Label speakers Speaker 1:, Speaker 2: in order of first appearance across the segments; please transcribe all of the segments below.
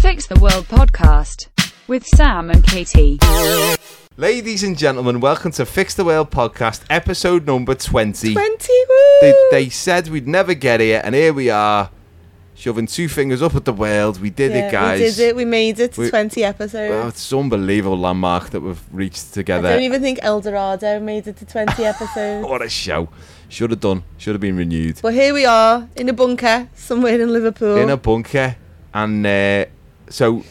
Speaker 1: Fix the World podcast with Sam and Katie.
Speaker 2: Ladies and gentlemen, welcome to Fix the World podcast, episode number 20.
Speaker 3: 20 woo!
Speaker 2: They, they said we'd never get here, and here we are, shoving two fingers up at the world. We did
Speaker 3: Yeah,
Speaker 2: it, guys.
Speaker 3: We did it. We made it to
Speaker 2: We-
Speaker 3: 20
Speaker 2: Wow,
Speaker 3: episodes.
Speaker 2: it's an unbelievable landmark that we've reached
Speaker 3: I
Speaker 2: together.
Speaker 3: don't even think El Dorado made it to 20 episodes.
Speaker 2: What a show. Should have done, should have been renewed.
Speaker 3: But here we are in a bunker somewhere in Liverpool.
Speaker 2: In a bunker. And uh, so,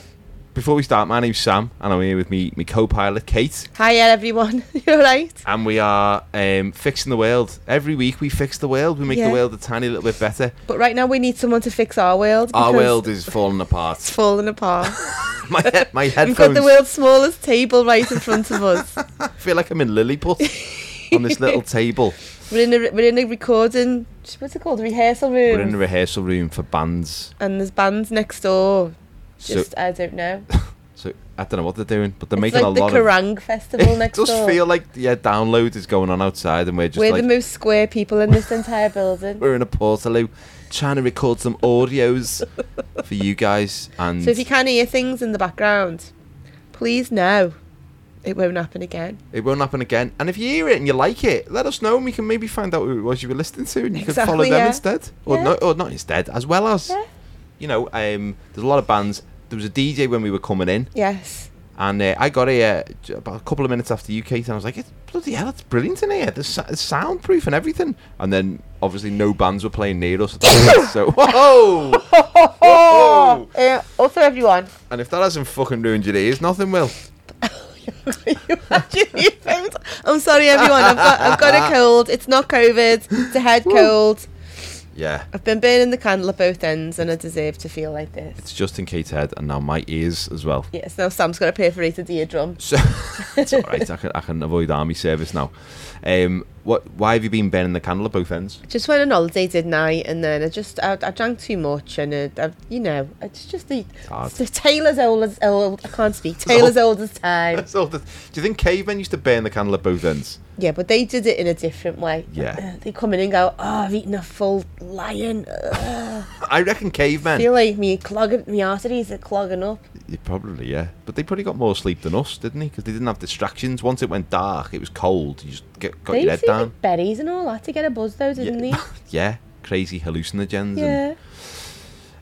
Speaker 2: before we start, my name's Sam, and I'm here with me, my co pilot, Kate.
Speaker 3: Hiya, everyone. You're right.
Speaker 2: and we are um, fixing the world. Every week we fix the world. We make
Speaker 3: Yeah.
Speaker 2: the world a tiny little bit better.
Speaker 3: But right now we need someone to fix our world.
Speaker 2: Our
Speaker 3: because
Speaker 2: world is falling
Speaker 3: It's
Speaker 2: apart.
Speaker 3: falling apart.
Speaker 2: my he- my
Speaker 3: We've got
Speaker 2: headphones.
Speaker 3: the world's smallest table right in front of us.
Speaker 2: I feel like I'm in Lilliput on this little table.
Speaker 3: We're in a we're in a recording. What's it called? Rehearsal room.
Speaker 2: We're in a rehearsal room for bands.
Speaker 3: and there's bands next door.
Speaker 2: So,
Speaker 3: Just I don't know.
Speaker 2: so I don't know what they're doing, but they're
Speaker 3: it's
Speaker 2: making
Speaker 3: like
Speaker 2: a
Speaker 3: the
Speaker 2: lot of.
Speaker 3: Kerrang festival
Speaker 2: It
Speaker 3: next
Speaker 2: does
Speaker 3: door.
Speaker 2: feel like yeah, download is going on outside, and we're just
Speaker 3: We're
Speaker 2: like
Speaker 3: the most square people in this entire building.
Speaker 2: we're in a portaloo, trying to record some audios for you guys. And
Speaker 3: So if you can hear things in the background, please know it won't happen again.
Speaker 2: It won't happen again. And if you hear it and you like it, let us know and we can maybe find out who it was you were listening to and you can follow
Speaker 3: Exactly,
Speaker 2: them
Speaker 3: yeah.
Speaker 2: instead. Or,
Speaker 3: Yeah.
Speaker 2: no, or not instead, as well as.
Speaker 3: Yeah.
Speaker 2: You know, um, there's a lot of bands. There was a DJ when we were coming in
Speaker 3: Yes.
Speaker 2: and uh, I got here j- about a couple of minutes after you, Kate, and I was like, it's bloody hell, it's brilliant in here. There's, so- it's soundproof and everything. And then obviously no bands were playing near us at that point, so whoa! Whoa!
Speaker 3: Uh, also, everyone,
Speaker 2: And if that hasn't fucking ruined your ears, nothing will.
Speaker 3: you imagine you found- I'm sorry, everyone. I've got I've got a cold. It's not COVID. It's a head cold.
Speaker 2: Yeah.
Speaker 3: I've been burning the candle at both ends, and I deserve to feel like this.
Speaker 2: It's just in Kate's head and now my ears as well.
Speaker 3: Yes. Now Sam's got a perforated eardrum.
Speaker 2: So it's all right. I can, I can avoid army service now. Um, what? Why have you been burning the candle at both ends?
Speaker 3: Just went on holiday, didn't I? And then I just I, I drank too much, and uh, I, you know, it's just the
Speaker 2: hard.
Speaker 3: it's the Taylor's old as old. I can't speak. Taylor's old as time.
Speaker 2: So the, do you think cavemen used to burn the candle at both ends?
Speaker 3: Yeah, but they did it in a different way. Uh,
Speaker 2: Yeah.
Speaker 3: They come in and go, oh, I've eaten a full lion. Ugh."
Speaker 2: I reckon cavemen.
Speaker 3: I feel like me clogging, my arteries are clogging up.
Speaker 2: Yeah, probably yeah, but they probably got more sleep than us, didn't they? Because they didn't have distractions. Once it went dark, it was cold. You just get, got
Speaker 3: they
Speaker 2: your head
Speaker 3: used to eat like,
Speaker 2: down.
Speaker 3: berries and all that to get a buzz though, didn't
Speaker 2: yeah, yeah, crazy hallucinogens.
Speaker 3: they?
Speaker 2: And,
Speaker 3: Yeah.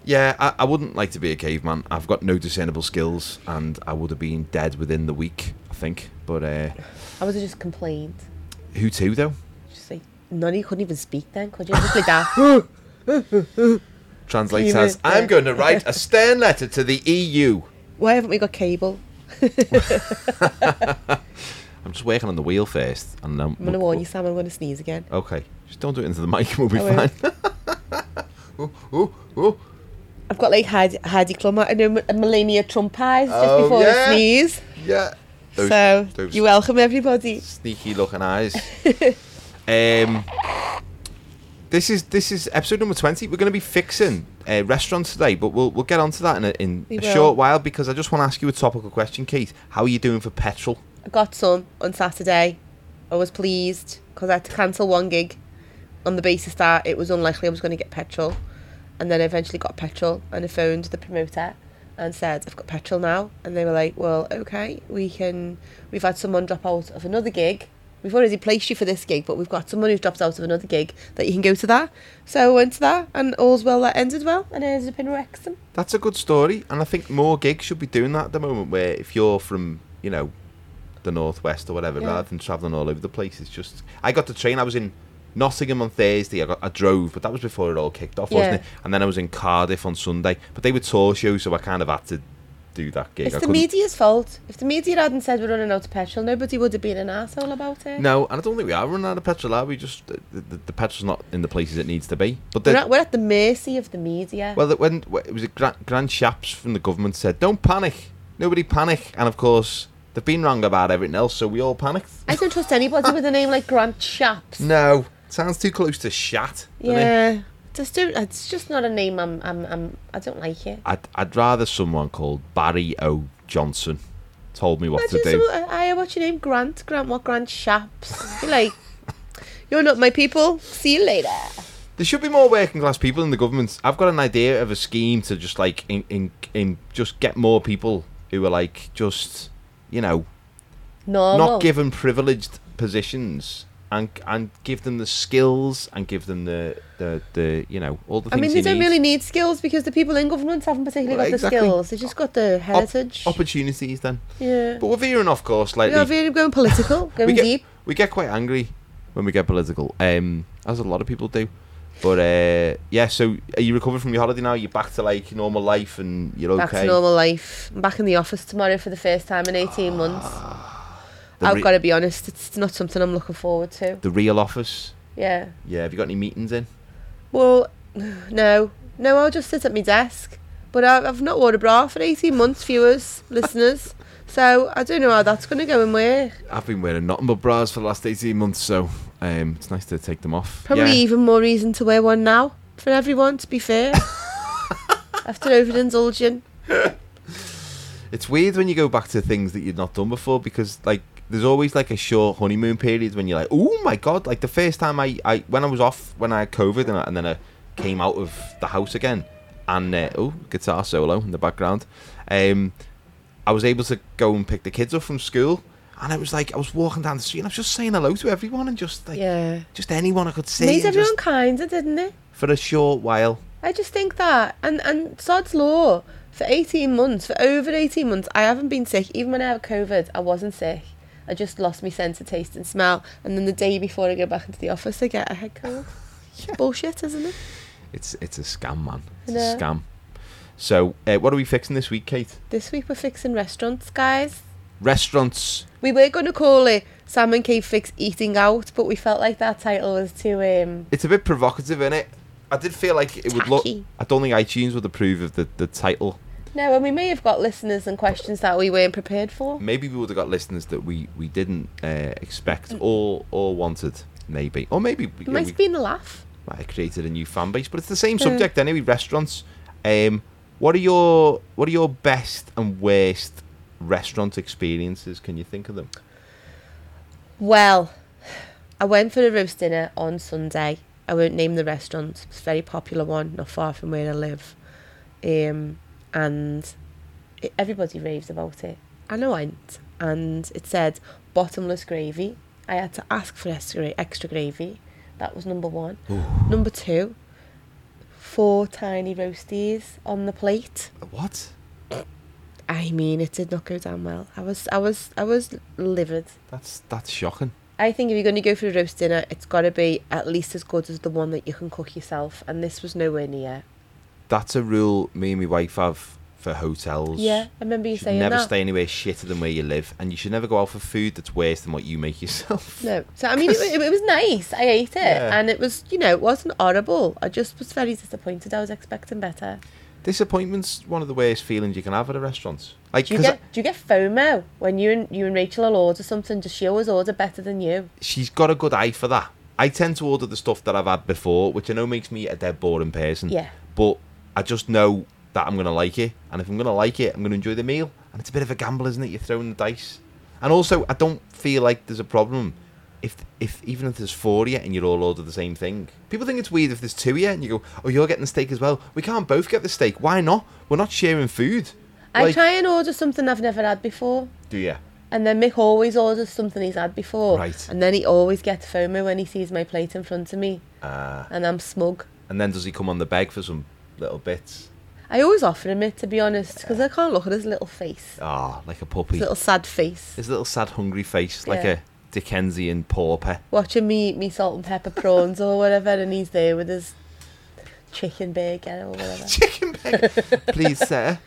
Speaker 2: yeah. I, I wouldn't like to be a caveman. I've got no discernible skills, and I would have been dead within the week, I think. But uh,
Speaker 3: I was just complained.
Speaker 2: who to though?
Speaker 3: Just like, none of you couldn't even speak then, could you? Just like that.
Speaker 2: translates
Speaker 3: Human,
Speaker 2: as I'm
Speaker 3: yeah.
Speaker 2: going to write a stern letter to the E EU.
Speaker 3: Why haven't we got cable?
Speaker 2: I'm just working on the wheel first, and then
Speaker 3: I'm going to warn you, Sam, I'm going to sneeze again.
Speaker 2: Okay, just don't do it into the mic. We'll be
Speaker 3: I won't.
Speaker 2: fine. ooh, ooh, ooh.
Speaker 3: I've got like Heidi, Heidi Klum out- I know M- Melania Trump eyes just
Speaker 2: Oh,
Speaker 3: before
Speaker 2: yeah.
Speaker 3: I sneeze.
Speaker 2: Yeah. Those,
Speaker 3: so,
Speaker 2: those
Speaker 3: you're welcome, everybody.
Speaker 2: sneaky looking eyes. um, this is this is episode number twenty. We're going to be fixing uh, restaurants today, but we'll we'll get onto that in a, in
Speaker 3: We
Speaker 2: a
Speaker 3: will.
Speaker 2: short while because I just want to ask you a topical question, Keith. How are you doing for petrol?
Speaker 3: I got some on Saturday. I was pleased because I had to cancel one gig on the basis that it was unlikely I was going to get petrol. And then I eventually got petrol and I phoned the promoter and said, I've got petrol now. And they were like, well, okay, we can, we've had someone drop out of another gig. We've already placed you for this gig, but we've got someone who's dropped out of another gig that you can go to that. So I went to that and all's well that ended well and I ended up in Wrexham.
Speaker 2: That's a good story, and I think more gigs should be doing that at the moment. Where if you're from, you know, the northwest or whatever,
Speaker 3: Yeah.
Speaker 2: rather than traveling all over the place, it's just. I got the train. I was in Nottingham on Thursday. I got I drove, but that was before it all kicked off, wasn't
Speaker 3: Yeah.
Speaker 2: it? And then I was in Cardiff on Sunday. But they were tour shows, so I kind of had to do that gig.
Speaker 3: It's
Speaker 2: I
Speaker 3: the
Speaker 2: couldn't-
Speaker 3: media's fault. If the media hadn't said we're running out of petrol, nobody would have been an asshole about it.
Speaker 2: No, and I don't think we are running out of petrol. Are we? Just the, the, the petrol's not in the places it needs to be. But
Speaker 3: We're
Speaker 2: the,
Speaker 3: at, we're at the mercy of the media.
Speaker 2: Well, that when wh- it was a grand, grand Shaps from the government said, "Don't panic, nobody panic," and of course they've been wrong about everything else, so we all panicked.
Speaker 3: I don't trust anybody with a name like Grant Shapps.
Speaker 2: No, sounds too close to shat. doesn't it?
Speaker 3: yeah, just don't. It's just not a name. I'm. I'm. I'm I don't like it.
Speaker 2: I'd, I'd rather someone called Barry O. Johnson told me what
Speaker 3: Imagine
Speaker 2: to do.
Speaker 3: someone. I. What's your name? Grant. Grant. What? Grant Shapps. You're like, you're not my people. See you later.
Speaker 2: There should be more working class people in the government. I've got an idea of a scheme to just like in, in, in just get more people who are like just you know
Speaker 3: Normal.
Speaker 2: not give them privileged positions and and give them the skills and give them the the, the you know all the
Speaker 3: I
Speaker 2: things.
Speaker 3: mean,
Speaker 2: they
Speaker 3: they don't
Speaker 2: need.
Speaker 3: really need skills because the people in government haven't particularly
Speaker 2: Well,
Speaker 3: got
Speaker 2: exactly.
Speaker 3: the skills. They've just got the
Speaker 2: Op-
Speaker 3: heritage.
Speaker 2: opportunities then.
Speaker 3: yeah.
Speaker 2: But we're veering off course lately.
Speaker 3: We are really going political,
Speaker 2: we
Speaker 3: going
Speaker 2: get,
Speaker 3: deep.
Speaker 2: We get quite angry when we get political, um, as a lot of people do. But uh, yeah, so are you recovered from your holiday now? You're back to like normal life and you're
Speaker 3: Back
Speaker 2: okay.
Speaker 3: to normal life. I'm back in the office tomorrow for the first time in 18 months.
Speaker 2: Ah. The,
Speaker 3: I've
Speaker 2: re-
Speaker 3: got to be honest, it's not something I'm looking forward to.
Speaker 2: the real office.
Speaker 3: Yeah.
Speaker 2: Yeah, have you got any meetings in?
Speaker 3: Well, no. No, I'll just sit at my desk. But I, I've not worn a bra for 18 months, viewers, listeners. So I don't know how that's going to go and work.
Speaker 2: I've been wearing nothing but bras for the last 18 months, so um, it's nice to take them off.
Speaker 3: Probably
Speaker 2: yeah.
Speaker 3: even more reason to wear one now for everyone, to be fair. After overindulging.
Speaker 2: It's weird when you go back to things that you've not done before because like there's always like a short honeymoon period when you're like, oh my god! Like the first time I, I when I was off when I had COVID and, I, and then I came out of the house again and uh, oh guitar solo in the background, um, I was able to go and pick the kids up from school and I was like I was walking down the street and I was just saying hello to everyone and just like
Speaker 3: Yeah.
Speaker 2: just anyone I could see
Speaker 3: Made
Speaker 2: and
Speaker 3: everyone
Speaker 2: just,
Speaker 3: kinder, didn't it?
Speaker 2: for a short while.
Speaker 3: I just think that, and and sod's law, for eighteen months, for over eighteen months, I haven't been sick. Even when I had COVID, I wasn't sick. I just lost my sense of taste and smell, and then the day before I go back into the office, I get a head cold. Bullshit, isn't it?
Speaker 2: It's it's a scam, man. It's
Speaker 3: I
Speaker 2: a
Speaker 3: know.
Speaker 2: scam. So uh, what are we fixing this week, Kate?
Speaker 3: This week we're fixing restaurants, guys.
Speaker 2: Restaurants.
Speaker 3: We were going to call it Sam and Kate Fix Eating Out, but we felt like that title was too um.
Speaker 2: It's a bit provocative, innit? I did feel like it would look.
Speaker 3: Tacky.
Speaker 2: I don't think iTunes would approve of the, the title.
Speaker 3: No, and we may have got listeners and questions that we weren't prepared for.
Speaker 2: Maybe we would have got listeners that we, we didn't uh,
Speaker 3: Mm.
Speaker 2: expect or or wanted. Maybe, or maybe we,
Speaker 3: It
Speaker 2: we
Speaker 3: might have been a laugh.
Speaker 2: might have created a new fan base. But it's the same subject anyway. Restaurants. Um, what are your what are your best and worst restaurant experiences? Can you think of them?
Speaker 3: Well, I went for a roast dinner on Sunday. I won't name the restaurant. It's a very popular one, not far from where I live. Um, and it, everybody raves about it. And I went, and it said bottomless gravy. I had to ask for extra, extra gravy. That was number one. Number two, four tiny roasties on the plate.
Speaker 2: What?
Speaker 3: I mean, it did not go down well. I was, I was, I was livid.
Speaker 2: That's that's shocking.
Speaker 3: I think if you're going to go for a roast dinner, it's got to be at least as good as the one that you can cook yourself. And this was nowhere near.
Speaker 2: That's a rule me and my wife have for hotels.
Speaker 3: Yeah, I remember you
Speaker 2: You should
Speaker 3: saying
Speaker 2: never
Speaker 3: that.
Speaker 2: stay anywhere shitter than where you live, and you should never go out for food that's worse than what you make yourself.
Speaker 3: No, so I mean, it, wa- it, was nice. I ate it,
Speaker 2: Yeah.
Speaker 3: and it was, you know, it wasn't horrible. I just was very disappointed. I was expecting better.
Speaker 2: Disappointment's one of the worst feelings you can have at a restaurant. Like,
Speaker 3: Do you
Speaker 2: 'cause
Speaker 3: get do you get FOMO when you and you and Rachel will order something? Does she always order better than you?
Speaker 2: she's got a good eye for that. I tend to order the stuff that I've had before, which I know makes me a dead boring person.
Speaker 3: Yeah.
Speaker 2: But I just know that I'm gonna like it, and if I'm gonna like it, I'm gonna enjoy the meal. And it's a bit of a gamble, isn't it? You're throwing the dice. And also, I don't feel like there's a problem if if even if there's four of you and you all order the same thing. People think it's weird if there's two of you and you go, "Oh, you're getting the steak as well." We can't both get the steak. Why not? We're not sharing food.
Speaker 3: I try and order something I've never had before.
Speaker 2: Do you?
Speaker 3: And then Mick always orders something he's had before.
Speaker 2: Right.
Speaker 3: And then he always gets FOMO when he sees my plate in front of me.
Speaker 2: Ah.
Speaker 3: And I'm smug.
Speaker 2: And then does he come on the bag for some little bits?
Speaker 3: I always offer him it, to be honest, because I can't look at his little face.
Speaker 2: Ah, like a puppy.
Speaker 3: His little sad face.
Speaker 2: His little sad, hungry face, like
Speaker 3: Yeah.
Speaker 2: a Dickensian pauper.
Speaker 3: Watching me eat me salt and pepper prawns or whatever, and he's there with his chicken burger or whatever.
Speaker 2: Chicken pig. Please, sir,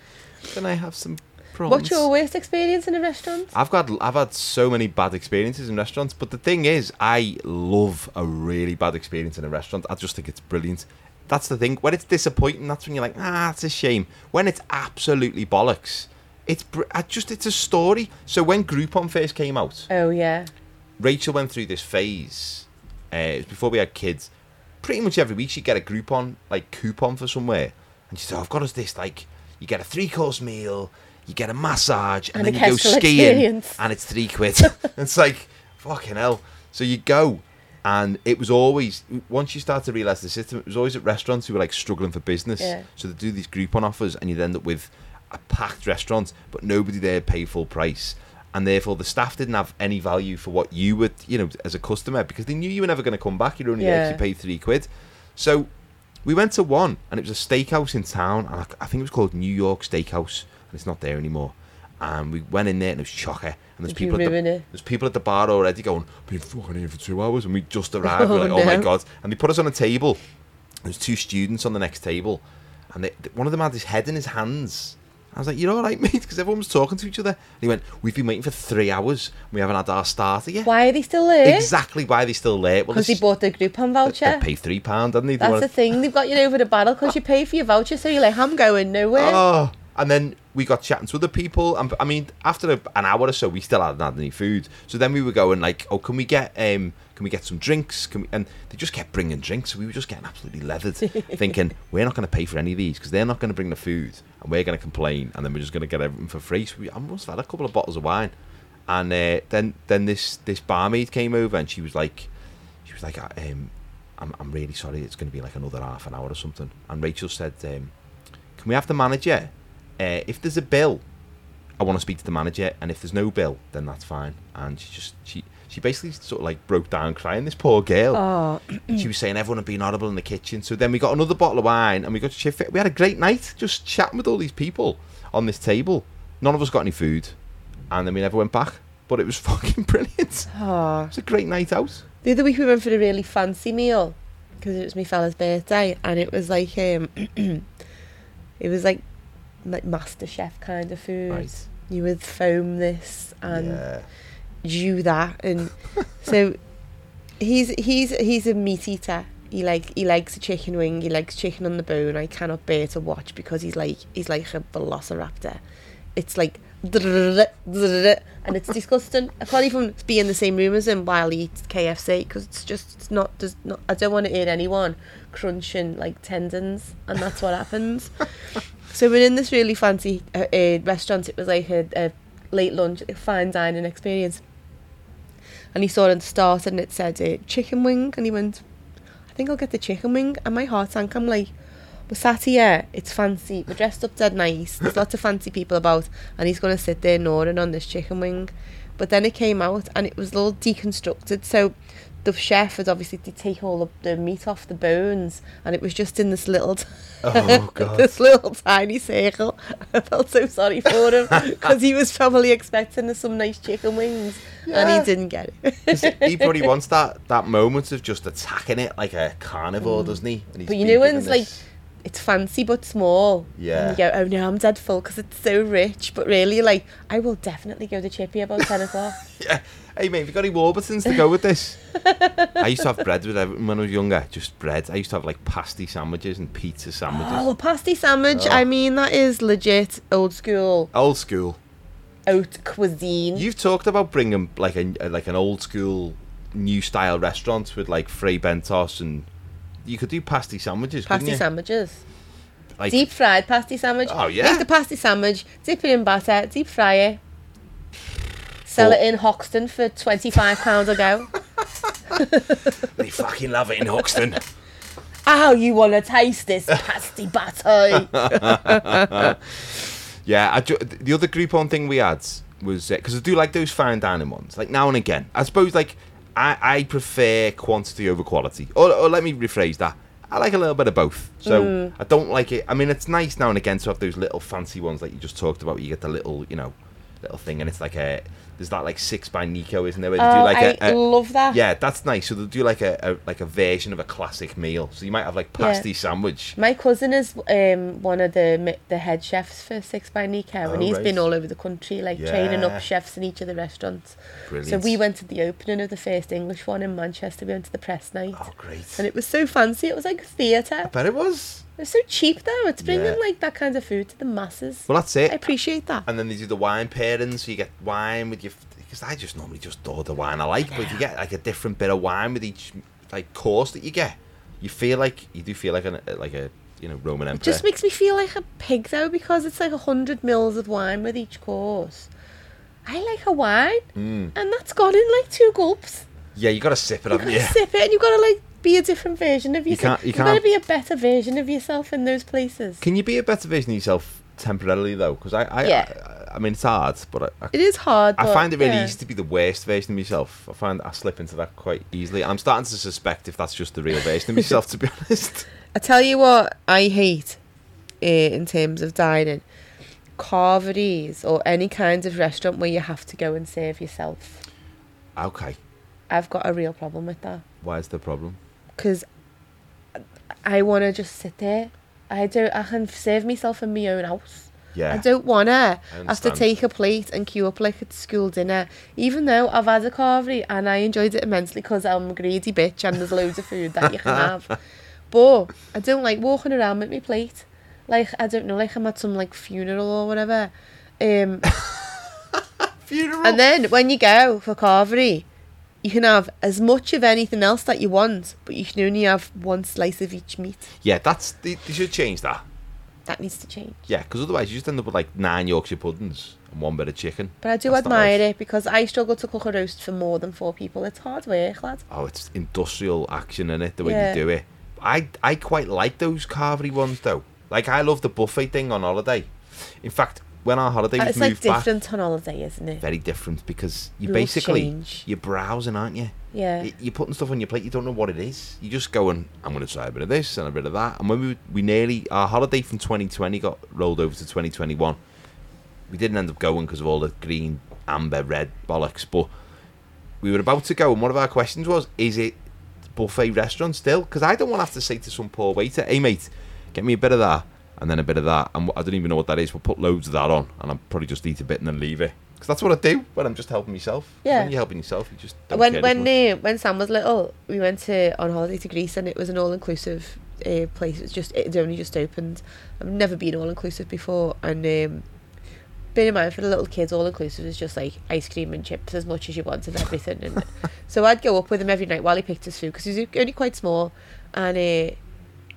Speaker 2: can I have some prawns?
Speaker 3: What's your worst experience in a restaurant?
Speaker 2: I've got I've had so many bad experiences in restaurants, but the thing is, I love a really bad experience in a restaurant. I just think it's brilliant. That's the thing. When it's disappointing, that's when you're like, ah, it's a shame. When it's absolutely bollocks, it's br- I just it's a story. So when Groupon first came out,
Speaker 3: Oh, yeah.
Speaker 2: Rachel went through this phase. Uh, it was before we had kids. Pretty much every week she'd get a Groupon, like coupon for somewhere, and she said, "I've got us this. Like, you get a three-course meal, you get a massage, and,
Speaker 3: And a
Speaker 2: then you go
Speaker 3: Kestrel
Speaker 2: skiing,
Speaker 3: experience.
Speaker 2: and it's three quid." it's like fucking hell. So you go, And it was always once you start to realise the system, it was always at restaurants who were like struggling for business.
Speaker 3: Yeah.
Speaker 2: So they do these Groupon offers, and you'd end up with a packed restaurant, but nobody there paid full price, and therefore the staff didn't have any value for what you would, you know, as a customer because they knew you were never going to come back. You're only there
Speaker 3: Yeah.
Speaker 2: 'cause you paid three quid. So we went to one, and it was a steakhouse in town. And I, I think it was called New York Steakhouse, and it's not there anymore. And we went in there, and it was chocker. And there's
Speaker 3: Did you
Speaker 2: people at
Speaker 3: ruin
Speaker 2: the,
Speaker 3: it?
Speaker 2: there's people at the bar already going, "Been fucking here for two hours," and we just arrived. we're
Speaker 3: Oh,
Speaker 2: like, "Oh my
Speaker 3: no.
Speaker 2: god!" And they put us on a table. There's two students on the next table, and they, th- one of them had his head in his hands. I was like, "You're all right, mate," because everyone was talking to each other. And he went, "We've been waiting for three hours. and we haven't had our starter yet."
Speaker 3: Why are they still there?
Speaker 2: Exactly why they're still late. Well,
Speaker 3: Because
Speaker 2: this-
Speaker 3: they bought the Groupon
Speaker 2: they
Speaker 3: voucher.
Speaker 2: pay three pound, didn't they? They
Speaker 3: That's
Speaker 2: wanna-
Speaker 3: the thing. They've got you over the barrel because you pay for your voucher, so you're like, I'm going nowhere.
Speaker 2: Oh, and then we got chatting to other people, and I mean, after a, an hour or so, we still hadn't had any food. So then we were going like, "Oh, can we get um, can we get some drinks?" Can we? And they just kept bringing drinks. So we were just getting absolutely leathered, thinking we're not going to pay for any of these because they're not going to bring the food, and we're going to complain, and then we're just going to get everything for free. So we, I must have had a couple of bottles of wine, and uh, then then this this barmaid came over, and she was like, she was like, "I- um, I'm, I'm really sorry, it's going to be like another half an hour or something. And Rachel said, um, Can we have the manager? Uh, if there's a bill, I want to speak to the manager. And if there's no bill, then that's fine. And she just, she, she basically sort of like broke down crying, this poor girl.
Speaker 3: Oh,
Speaker 2: And she was saying everyone had been horrible in the kitchen. So then we got another bottle of wine and we got to chip it. We had a great night just chatting with all these people on this table. None of us got any food. And then we never went back. But it was fucking brilliant. It
Speaker 3: oh.
Speaker 2: was a great night out.
Speaker 3: The other week we went for a really fancy meal because it was my fella's birthday, and it was like um, it was like like master chef kind of food.
Speaker 2: Right.
Speaker 3: You would foam this and
Speaker 2: yeah.
Speaker 3: do that, and so he's he's he's a meat eater. He like he likes a chicken wing. He likes chicken on the bone. I cannot bear to watch because he's like he's like a velociraptor. It's like and it's disgusting. I can't even be in the same room as him while he eats KFC because it's just it's not does not. I don't want to hear anyone crunching like tendons, and that's what happens. so we're in this really fancy uh, uh, restaurant. It was like a, a late lunch, a fine dining experience. And he saw it at the start, and it said uh, chicken wing, and he went, I think I'll get the chicken wing. And my heart sank. I'm like, we're sat here. It's fancy. We're dressed up dead nice. There's lots of fancy people about, and he's gonna sit there gnawing on this chicken wing. But then it came out, and it was a little deconstructed. So the chef had obviously to take all of the meat off the bones, and it was just in this little, t-
Speaker 2: Oh, God.
Speaker 3: this little tiny circle. I felt so sorry for him because he was probably expecting some nice chicken wings, and
Speaker 2: Yeah.
Speaker 3: he didn't get it.
Speaker 2: 'Cause he probably wants that that moment of just attacking it like a carnivore, doesn't he? And he's
Speaker 3: Mm. But you
Speaker 2: been
Speaker 3: know when
Speaker 2: given
Speaker 3: it's like
Speaker 2: this-
Speaker 3: it's fancy but small.
Speaker 2: Yeah.
Speaker 3: And you go, oh no, I'm dead full because it's so rich. But really, like I will definitely go to Chippy about ten o'clock.
Speaker 2: yeah. Hey mate, have you got any Warburtons to go with this? I used to have bread with everything when I was younger, just bread. I used to have like pasty sandwiches and pizza
Speaker 3: Oh,
Speaker 2: sandwiches.
Speaker 3: a pasty sandwich.
Speaker 2: Oh.
Speaker 3: I mean, that is legit old school
Speaker 2: Old school.
Speaker 3: haute cuisine.
Speaker 2: You've talked about bringing like a like an old school, new style restaurant with like free bentos and you could do pasty sandwiches. couldn't
Speaker 3: pasty
Speaker 2: you?
Speaker 3: sandwiches.
Speaker 2: Like,
Speaker 3: Deep fried pasty sandwich.
Speaker 2: Oh, yeah.
Speaker 3: Make the pasty sandwich, dip it in batter, deep fry it. Sell
Speaker 2: Or-
Speaker 3: it in Hoxton for twenty five pounds a go.
Speaker 2: They fucking love it in Hoxton.
Speaker 3: oh, you wanna taste this pasty batter?
Speaker 2: Yeah, I ju- the other Groupon thing we had was because I do like those fine dining ones, like now and again. I suppose like I, I prefer quantity over quality, or, or let me rephrase that. I like a little bit of both, so
Speaker 3: Mm.
Speaker 2: I don't like it. I mean, it's nice now and again to have those little fancy ones like you just talked about. Where you get the little, you know, little thing, and it's like a there's that like six by Nico, isn't there? Where they
Speaker 3: Oh,
Speaker 2: do like a
Speaker 3: I
Speaker 2: a-
Speaker 3: love that.
Speaker 2: Yeah, that's nice. So they'll do like a, a like a version of a classic meal. So you might have like
Speaker 3: Yeah.
Speaker 2: pasty sandwich.
Speaker 3: My cousin is um, one of the mi- the head chefs for Six by Nico,
Speaker 2: Oh,
Speaker 3: and he's
Speaker 2: right.
Speaker 3: been all over the country, like training
Speaker 2: Yeah.
Speaker 3: up chefs in each of the restaurants. So
Speaker 2: Brilliant.
Speaker 3: we went to the opening of the first English one in Manchester. We went to the press night,
Speaker 2: Oh, great!
Speaker 3: and it was so fancy. It was like theatre.
Speaker 2: But it was.
Speaker 3: It was so cheap though. It's bringing
Speaker 2: Yeah.
Speaker 3: like that kind of food to the masses.
Speaker 2: Well, that's it.
Speaker 3: I appreciate that.
Speaker 2: and then they do the wine pairing, so you get wine with your. Because I just normally just order wine I like, but if you get like a different bit of wine with each like course that you get, you feel like you do feel like an like a you know Roman emperor.
Speaker 3: Just makes me feel like a pig though, because it's like a hundred mils of wine with
Speaker 2: Hmm.
Speaker 3: each course. I like a wine, and that's gone in like two gulps.
Speaker 4: Yeah, you got to sip it, haven't you?
Speaker 3: gotta sip it, and you've got to like be a different version of yourself.
Speaker 2: can't- you
Speaker 3: have got
Speaker 2: can't-
Speaker 3: to be a better version of yourself in those places.
Speaker 2: Can you be a better version of yourself temporarily though? Because I, I,
Speaker 3: Yeah.
Speaker 2: I, I mean, it's hard, but I, I,
Speaker 3: It is hard.
Speaker 2: I
Speaker 3: but,
Speaker 2: find it really
Speaker 3: yeah.
Speaker 2: easy to be the worst version of myself. I find I slip into that quite easily, and I'm starting to suspect if that's just the real version of myself. to be honest,
Speaker 3: I tell you what, I hate uh, in terms of dining carveries or any kind of restaurant where you have to go and serve yourself.
Speaker 2: okay.
Speaker 3: I've got a real problem with that
Speaker 2: Where's the problem?
Speaker 3: because I want to just sit there. I do. I can serve myself in my own house.
Speaker 2: Yeah,
Speaker 3: I don't want to have to
Speaker 2: understand.
Speaker 3: take a plate and queue up like at school dinner, even though I've had a carvery and I enjoyed it immensely because I'm a greedy bitch and there's loads of food that you can have. But I don't like walking around with my plate. Like, I don't know, like I'm at some like funeral or whatever. Um,
Speaker 2: funeral.
Speaker 3: and then when you go for carvery, you can have as much of anything else that you want, but you can only have one slice of each meat.
Speaker 2: yeah, that's they, they should change that.
Speaker 3: That needs to change.
Speaker 2: Yeah, because otherwise you just end up with like nine Yorkshire puddings and one bit of chicken.
Speaker 3: But I do
Speaker 2: That's not
Speaker 3: admire
Speaker 2: nice.
Speaker 3: it because I struggle to cook a roast for more than four people. It's hard work, lad.
Speaker 2: Oh, it's industrial action in it the way
Speaker 3: Yeah.
Speaker 2: you do it. I I quite like those carvery ones though. Like I love the buffet thing on holiday. In fact, when our holiday was
Speaker 3: it's like
Speaker 2: moved back,
Speaker 3: different on holiday, isn't it?
Speaker 2: very different because you
Speaker 3: Rules
Speaker 2: basically
Speaker 3: change.
Speaker 2: you're browsing, aren't you?
Speaker 3: Yeah.
Speaker 2: Y- You're putting stuff on your plate. You don't know what it is. You just go and I'm going to try a bit of this and a bit of that. And when we we nearly our holiday from 2020 got rolled over to 2021, we didn't end up going because of all the green, amber, red bollocks. But we were about to go, and one of our questions was, "Is it buffet restaurant still?" Because I don't want to have to say to some poor waiter, "Hey mate, get me a bit of that." And then a bit of that, and wh- I don't even know what that is. We'll put loads of that on, and I'll probably just eat a bit and then leave it. Because that's what I do when I'm just helping myself.
Speaker 3: Yeah.
Speaker 2: When you're helping yourself, you just don't care
Speaker 3: When
Speaker 2: as
Speaker 3: when
Speaker 2: much.
Speaker 3: uh, when Sam was little, we went to on holiday to Greece and it was an all inclusive uh, place. It was just it had only just opened. I've never been all inclusive before, and um, bear in mind for the little kids, all inclusive is just like ice cream and chips as much as you want of everything. And so I'd go up with him every night while he picked his food because he's only quite small, and uh,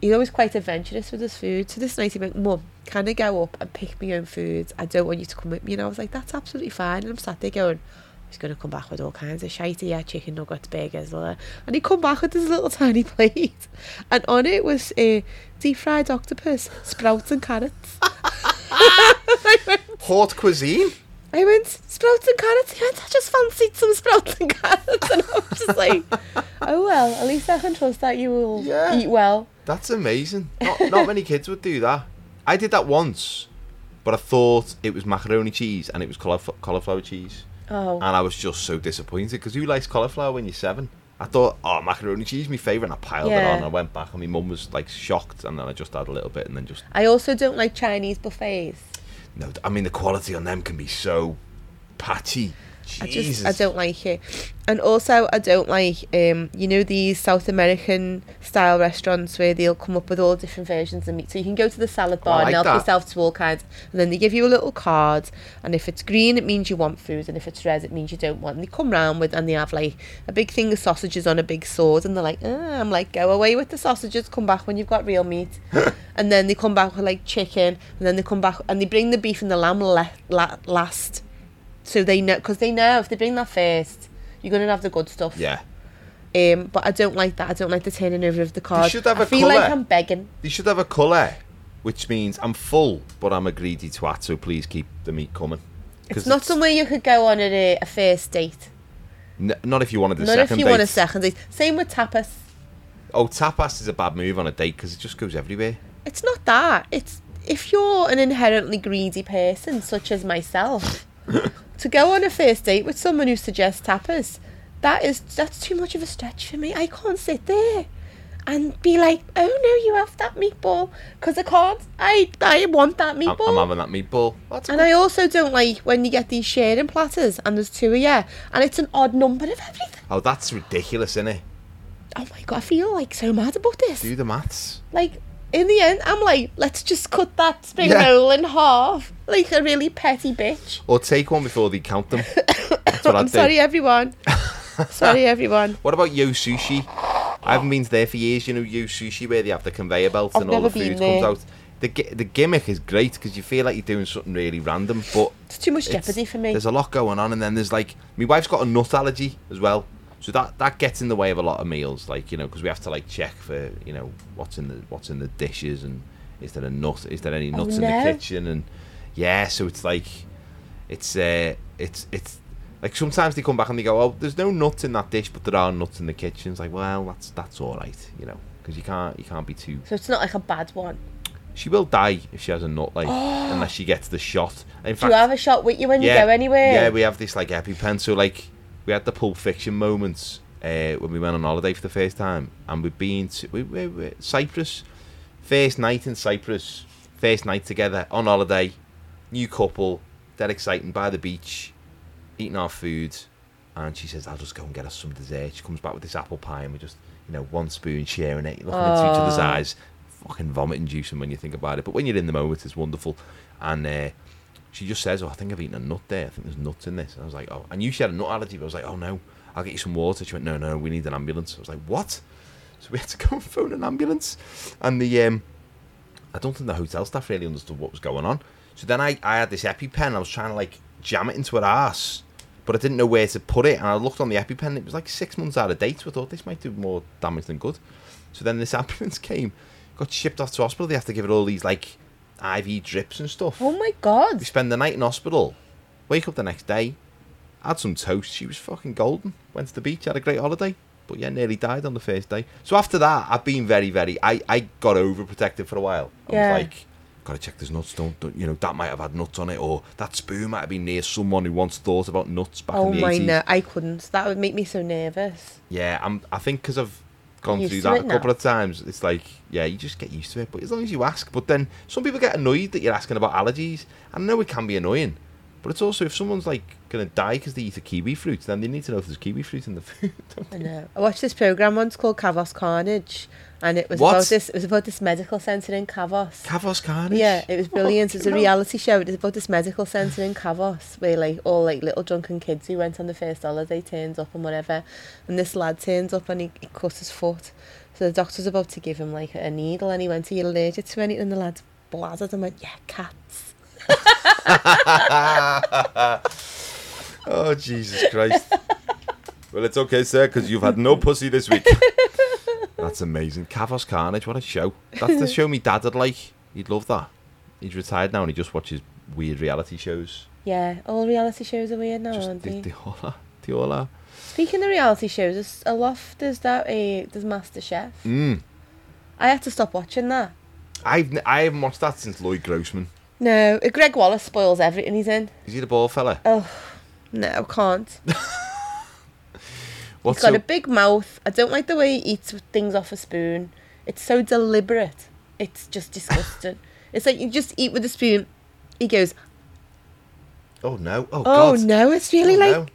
Speaker 3: he's always quite adventurous with his food. So this night he went, Mum, can I go up and pick my own food? I don't want you to come with me. And I was like, That's absolutely fine. And I'm sat there going, He's going to come back with all kinds of shite here, chicken nuggets, burgers, blah. blah." And he come back with this little tiny plate. And on it was uh, deep fried octopus, sprouts and carrots. I went,
Speaker 2: Haute cuisine?
Speaker 3: I went, sprouts and carrots? He went, I just fancied some sprouts and carrots. And I was just like, oh well, at least I can trust that you will
Speaker 2: Yeah.
Speaker 3: eat well.
Speaker 2: That's amazing. Not, not many kids would do that. I did that once, but I thought it was macaroni cheese and it was cauliflower, cauliflower cheese.
Speaker 3: Oh.
Speaker 2: And I was just so disappointed because who likes cauliflower when you're seven? I thought, oh, macaroni cheese, my favourite, and I piled it
Speaker 3: Yeah.
Speaker 2: on. I went back, and my mum was like shocked, and then I just had a little bit, and then just
Speaker 3: I also don't like Chinese buffets.
Speaker 2: no. I mean, the quality on them can be so patchy.
Speaker 3: I
Speaker 2: Jesus,
Speaker 3: just I don't like it. And also I don't like um you know these South American style restaurants where they'll come up with all different versions of meat. So you can go to the salad bar
Speaker 2: Oh, like
Speaker 3: and help
Speaker 2: that.
Speaker 3: yourself to all kinds and then they give you a little card and if it's green it means you want food and if it's red it means you don't want. And they come round with and they have like a big thing of sausages on a big sword and they're like, ah, I'm like, go away with the sausages, come back when you've got real meat. and then they come back with like chicken and then they come back and they bring the beef and the lamb le- la- last. so they know because they know if they bring that first you're gonna have the good stuff
Speaker 2: Yeah,
Speaker 3: um but i don't like that i don't like the turning over of the cards
Speaker 2: should have
Speaker 3: I
Speaker 2: a
Speaker 3: feel
Speaker 2: colour.
Speaker 3: like i'm begging
Speaker 2: They should have a colour, which means I'm full, but I'm a greedy twat, so please keep the meat coming. 'Cause
Speaker 3: it's not somewhere you could go on at a, a first date
Speaker 2: n- not if you wanted a
Speaker 3: not if
Speaker 2: second
Speaker 3: you want a
Speaker 2: date.
Speaker 3: second date same with tapas
Speaker 2: oh, tapas is a bad move on a date because it just goes everywhere.
Speaker 3: it's not that it's if you're an inherently greedy person such as myself to go on a first date with someone who suggests tapas that is that's too much of a stretch for me i can't sit there and be like oh no you have that meatball because i can't i i want that
Speaker 2: I'm,
Speaker 3: meatball
Speaker 2: I'm having that meatball. That's
Speaker 3: and I also don't like when you get these sharing platters and there's two of you and it's an odd number of everything.
Speaker 2: oh, that's ridiculous, isn't it?
Speaker 3: Oh my god, I feel like so mad about this.
Speaker 2: Do the maths.
Speaker 3: Like in the end, I'm like, let's just cut that spring
Speaker 2: Yeah.
Speaker 3: roll in half, like a really petty bitch.
Speaker 2: Or take one before they count them. That's what I'd
Speaker 3: I'm
Speaker 2: do.
Speaker 3: sorry, everyone. sorry, everyone.
Speaker 2: What about Yo Sushi? I haven't been there for years. You know Yo Sushi, where they have the conveyor belt
Speaker 3: I've
Speaker 2: and all the
Speaker 3: never been
Speaker 2: food comes
Speaker 3: there.
Speaker 2: out. The, gi- the gimmick is great because you feel like you're doing something really random, but
Speaker 3: It's too much
Speaker 2: It's-
Speaker 3: jeopardy for me.
Speaker 2: There's a lot going on, and then there's like my wife's got a nut allergy as well, So that that gets in the way of a lot of meals, like you know, because we have to like check for you know what's in the what's in the dishes and is there a nut? Is there any nuts in
Speaker 3: Oh, no.
Speaker 2: the kitchen? And yeah, so it's like it's uh, it's it's like sometimes they come back and they go, oh, there's no nuts in that dish, but there are nuts in the kitchen. It's like, well, that's that's all right, you know, because you can't you can't be too
Speaker 3: So it's not like a bad one.
Speaker 2: she will die if she has a nut like unless she gets the shot. In
Speaker 3: Do you have a shot with you when you go anywhere?
Speaker 2: Yeah, we have this like EpiPen. So like we had the Pulp Fiction moments uh, when we went on holiday for the first time, and we'd been to we, we, we, Cyprus, first night in Cyprus, first night together on holiday, new couple, dead exciting by the beach, eating our food, and she says, "I'll just go and get us some dessert." She comes back with this apple pie, and we just you know one spoon sharing it, looking into each other's
Speaker 3: Aw.
Speaker 2: eyes. Fucking vomit inducing when you think about it, but when you're in the moment, it's wonderful. And uh, she just says, "Oh, I think I've eaten a nut there. I think there's nuts in this." And I was like, "Oh," I knew she had a nut allergy, but I was like, "Oh no, I'll get you some water." She went, "No, no, we need an ambulance." I was like, "What?" So we had to go and phone an ambulance, and the um, I don't think the hotel staff really understood what was going on. So then I, I had this EpiPen. I was trying to like jam it into her ass, but I didn't know where to put it. And I looked on the EpiPen. It was like six months out of date. So I thought this might do more damage than good. So then this ambulance came, got shipped off to hospital. They have to give it all these like IV drips and stuff.
Speaker 3: Oh my god.
Speaker 2: We spend the night in hospital. Wake up the next day, had some toast. She was fucking golden. Went to the beach, had a great holiday. But yeah, nearly died on the first day. So after that, I've been very, very. I, I got overprotective for a while. I
Speaker 3: Yeah.
Speaker 2: was like, gotta check there's nuts. Don't, don't you know that might have had nuts on it, or that spoon might have been near someone who once thought about nuts back
Speaker 3: Oh
Speaker 2: in the
Speaker 3: my
Speaker 2: 80s.
Speaker 3: no, I couldn't. That would make me so nervous.
Speaker 2: Yeah, I'm, I think because I've gone
Speaker 3: Used
Speaker 2: through
Speaker 3: to
Speaker 2: that
Speaker 3: it
Speaker 2: a
Speaker 3: now.
Speaker 2: couple of times, it's like, yeah, you just get used to it. But as long as you ask, but then some people get annoyed that you're asking about allergies. I know it can be annoying, but it's also if someone's like gonna die because they eat a kiwi fruit, then they need to know if there's kiwi fruit in the food. don't
Speaker 3: I
Speaker 2: they?
Speaker 3: know. I watched this program once called Cavos Carnage, and it was
Speaker 2: What?
Speaker 3: about this. It was about this medical centre in Cavos.
Speaker 2: Cavos carnage.
Speaker 3: yeah, it was brilliant. It's a
Speaker 2: Fucking hell.
Speaker 3: reality show. It was about this medical centre in Cavos where like all like little drunken kids who went on the first holiday turns up and whatever, and this lad turns up and he, he cut his foot, so the doctor's about to give him like a needle, and he went, "Are you allergic to anything?" And the lad bladdered and went, "Yeah, cats."
Speaker 2: Oh Jesus Christ! well, it's okay, sir, because you've had no pussy this week. That's amazing. Cavos Carnage, what a show! That's the show me dad had like. He'd love that. He's retired now and he just watches weird reality shows.
Speaker 3: Yeah, all reality shows are weird now,
Speaker 2: Just
Speaker 3: aren't
Speaker 2: the,
Speaker 3: they?
Speaker 2: the all are- the all are.
Speaker 3: Speaking of reality shows, there's a lot. There's that. A there's MasterChef.
Speaker 2: Mm.
Speaker 3: I had to stop watching that.
Speaker 2: I've n- I haven't watched that since Lloyd Grossman.
Speaker 3: No, uh, Greg Wallace spoils everything he's in.
Speaker 2: Is he the ball fella?
Speaker 3: Oh, no, can't.
Speaker 2: What's
Speaker 3: He's got
Speaker 2: so-
Speaker 3: a big mouth. I don't like the way he eats with things off a spoon. It's so deliberate. It's just disgusting. it's like you just eat with a spoon. He goes,
Speaker 2: Oh no! Oh,
Speaker 3: oh
Speaker 2: God!
Speaker 3: no, it's
Speaker 2: Oh,
Speaker 3: really like
Speaker 2: no.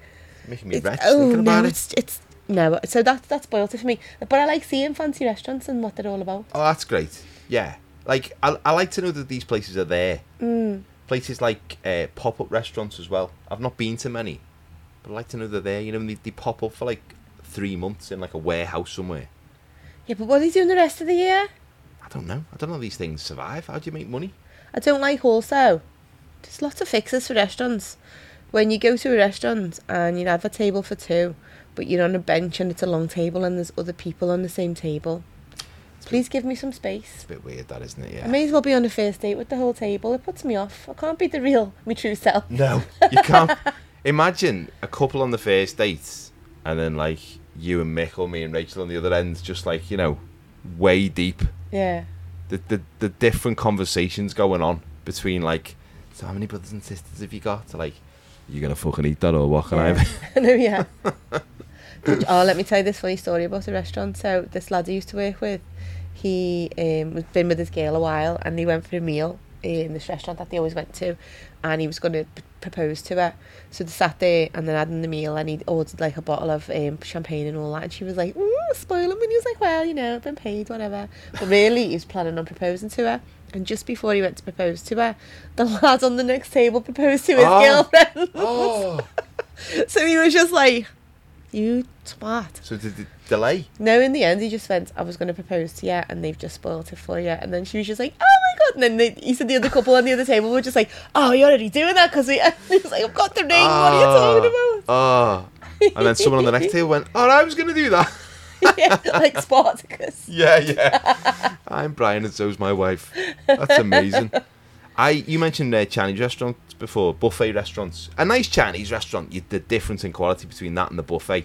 Speaker 2: It's making me
Speaker 3: It's-
Speaker 2: wretched
Speaker 3: oh
Speaker 2: thinking about
Speaker 3: no,
Speaker 2: it.
Speaker 3: it's it's no. So that's that's spoiled it for me. But I like seeing fancy restaurants and what they're all about.
Speaker 2: Oh, that's great. Yeah, like I, I like to know that these places are there.
Speaker 3: Mm.
Speaker 2: Places like uh, pop up restaurants as well. I've not been to many, but I like to know they're there. You know, and they, they pop up for like three months in like a warehouse somewhere.
Speaker 3: Yeah, but what are they doing the rest of the year?
Speaker 2: I don't know. I don't know how these things survive. How do you make money?
Speaker 3: I don't like also. There's lots of fixes for restaurants. When you go to a restaurant and you have a table for two, but you're on a bench and it's a long table and there's other people on the same table. Please give me some space.
Speaker 2: It's a bit weird, that isn't it? Yeah.
Speaker 3: I may as well be on a first date with the whole table. It puts me off. I can't be the real, my true self.
Speaker 2: No, you can't. Imagine a couple on the first date, and then like you and Mick or me and Rachel on the other end, just like you know, way deep.
Speaker 3: Yeah.
Speaker 2: The the, the different conversations going on between like, so how many brothers and sisters have you got? To like, you gonna fucking eat that or what? Can I?
Speaker 3: yeah.
Speaker 2: Have?
Speaker 3: no, yeah. Did- oh, let me tell you this funny story about a restaurant. So this lad I used to work with, he um, was been with his girl a while, and they went for a meal in this restaurant that they always went to, and he was going to p- propose to her. So they sat there and then had the meal, and he ordered like a bottle of um, champagne and all that, and she was like, "Ooh, spoil him," and he was like, "Well, you know, I've been paid, whatever." But really, he was planning on proposing to her. And just before he went to propose to her, the lad on the next table proposed to his
Speaker 2: Oh.
Speaker 3: girlfriend.
Speaker 2: oh,
Speaker 3: So he was just like, "You twat."
Speaker 2: so did the delay?
Speaker 3: No, in the end, he just went, "I was going to propose to you, and they've just spoiled it for you." And then she was just like, "Oh my god!" And then they, he said the other couple on the other table were just like, "Oh, you're already doing that because we." And he was like, "I've got the ring. what are you talking about?"
Speaker 2: Oh, and then someone on the next table went, "Oh, I was going to do that."
Speaker 3: yeah, like Spartacus.
Speaker 2: yeah, yeah. I'm Brian, and so's my wife. That's amazing. I you mentioned uh, Chinese restaurants before, buffet restaurants. A nice Chinese restaurant, you, the difference in quality between that and the buffet.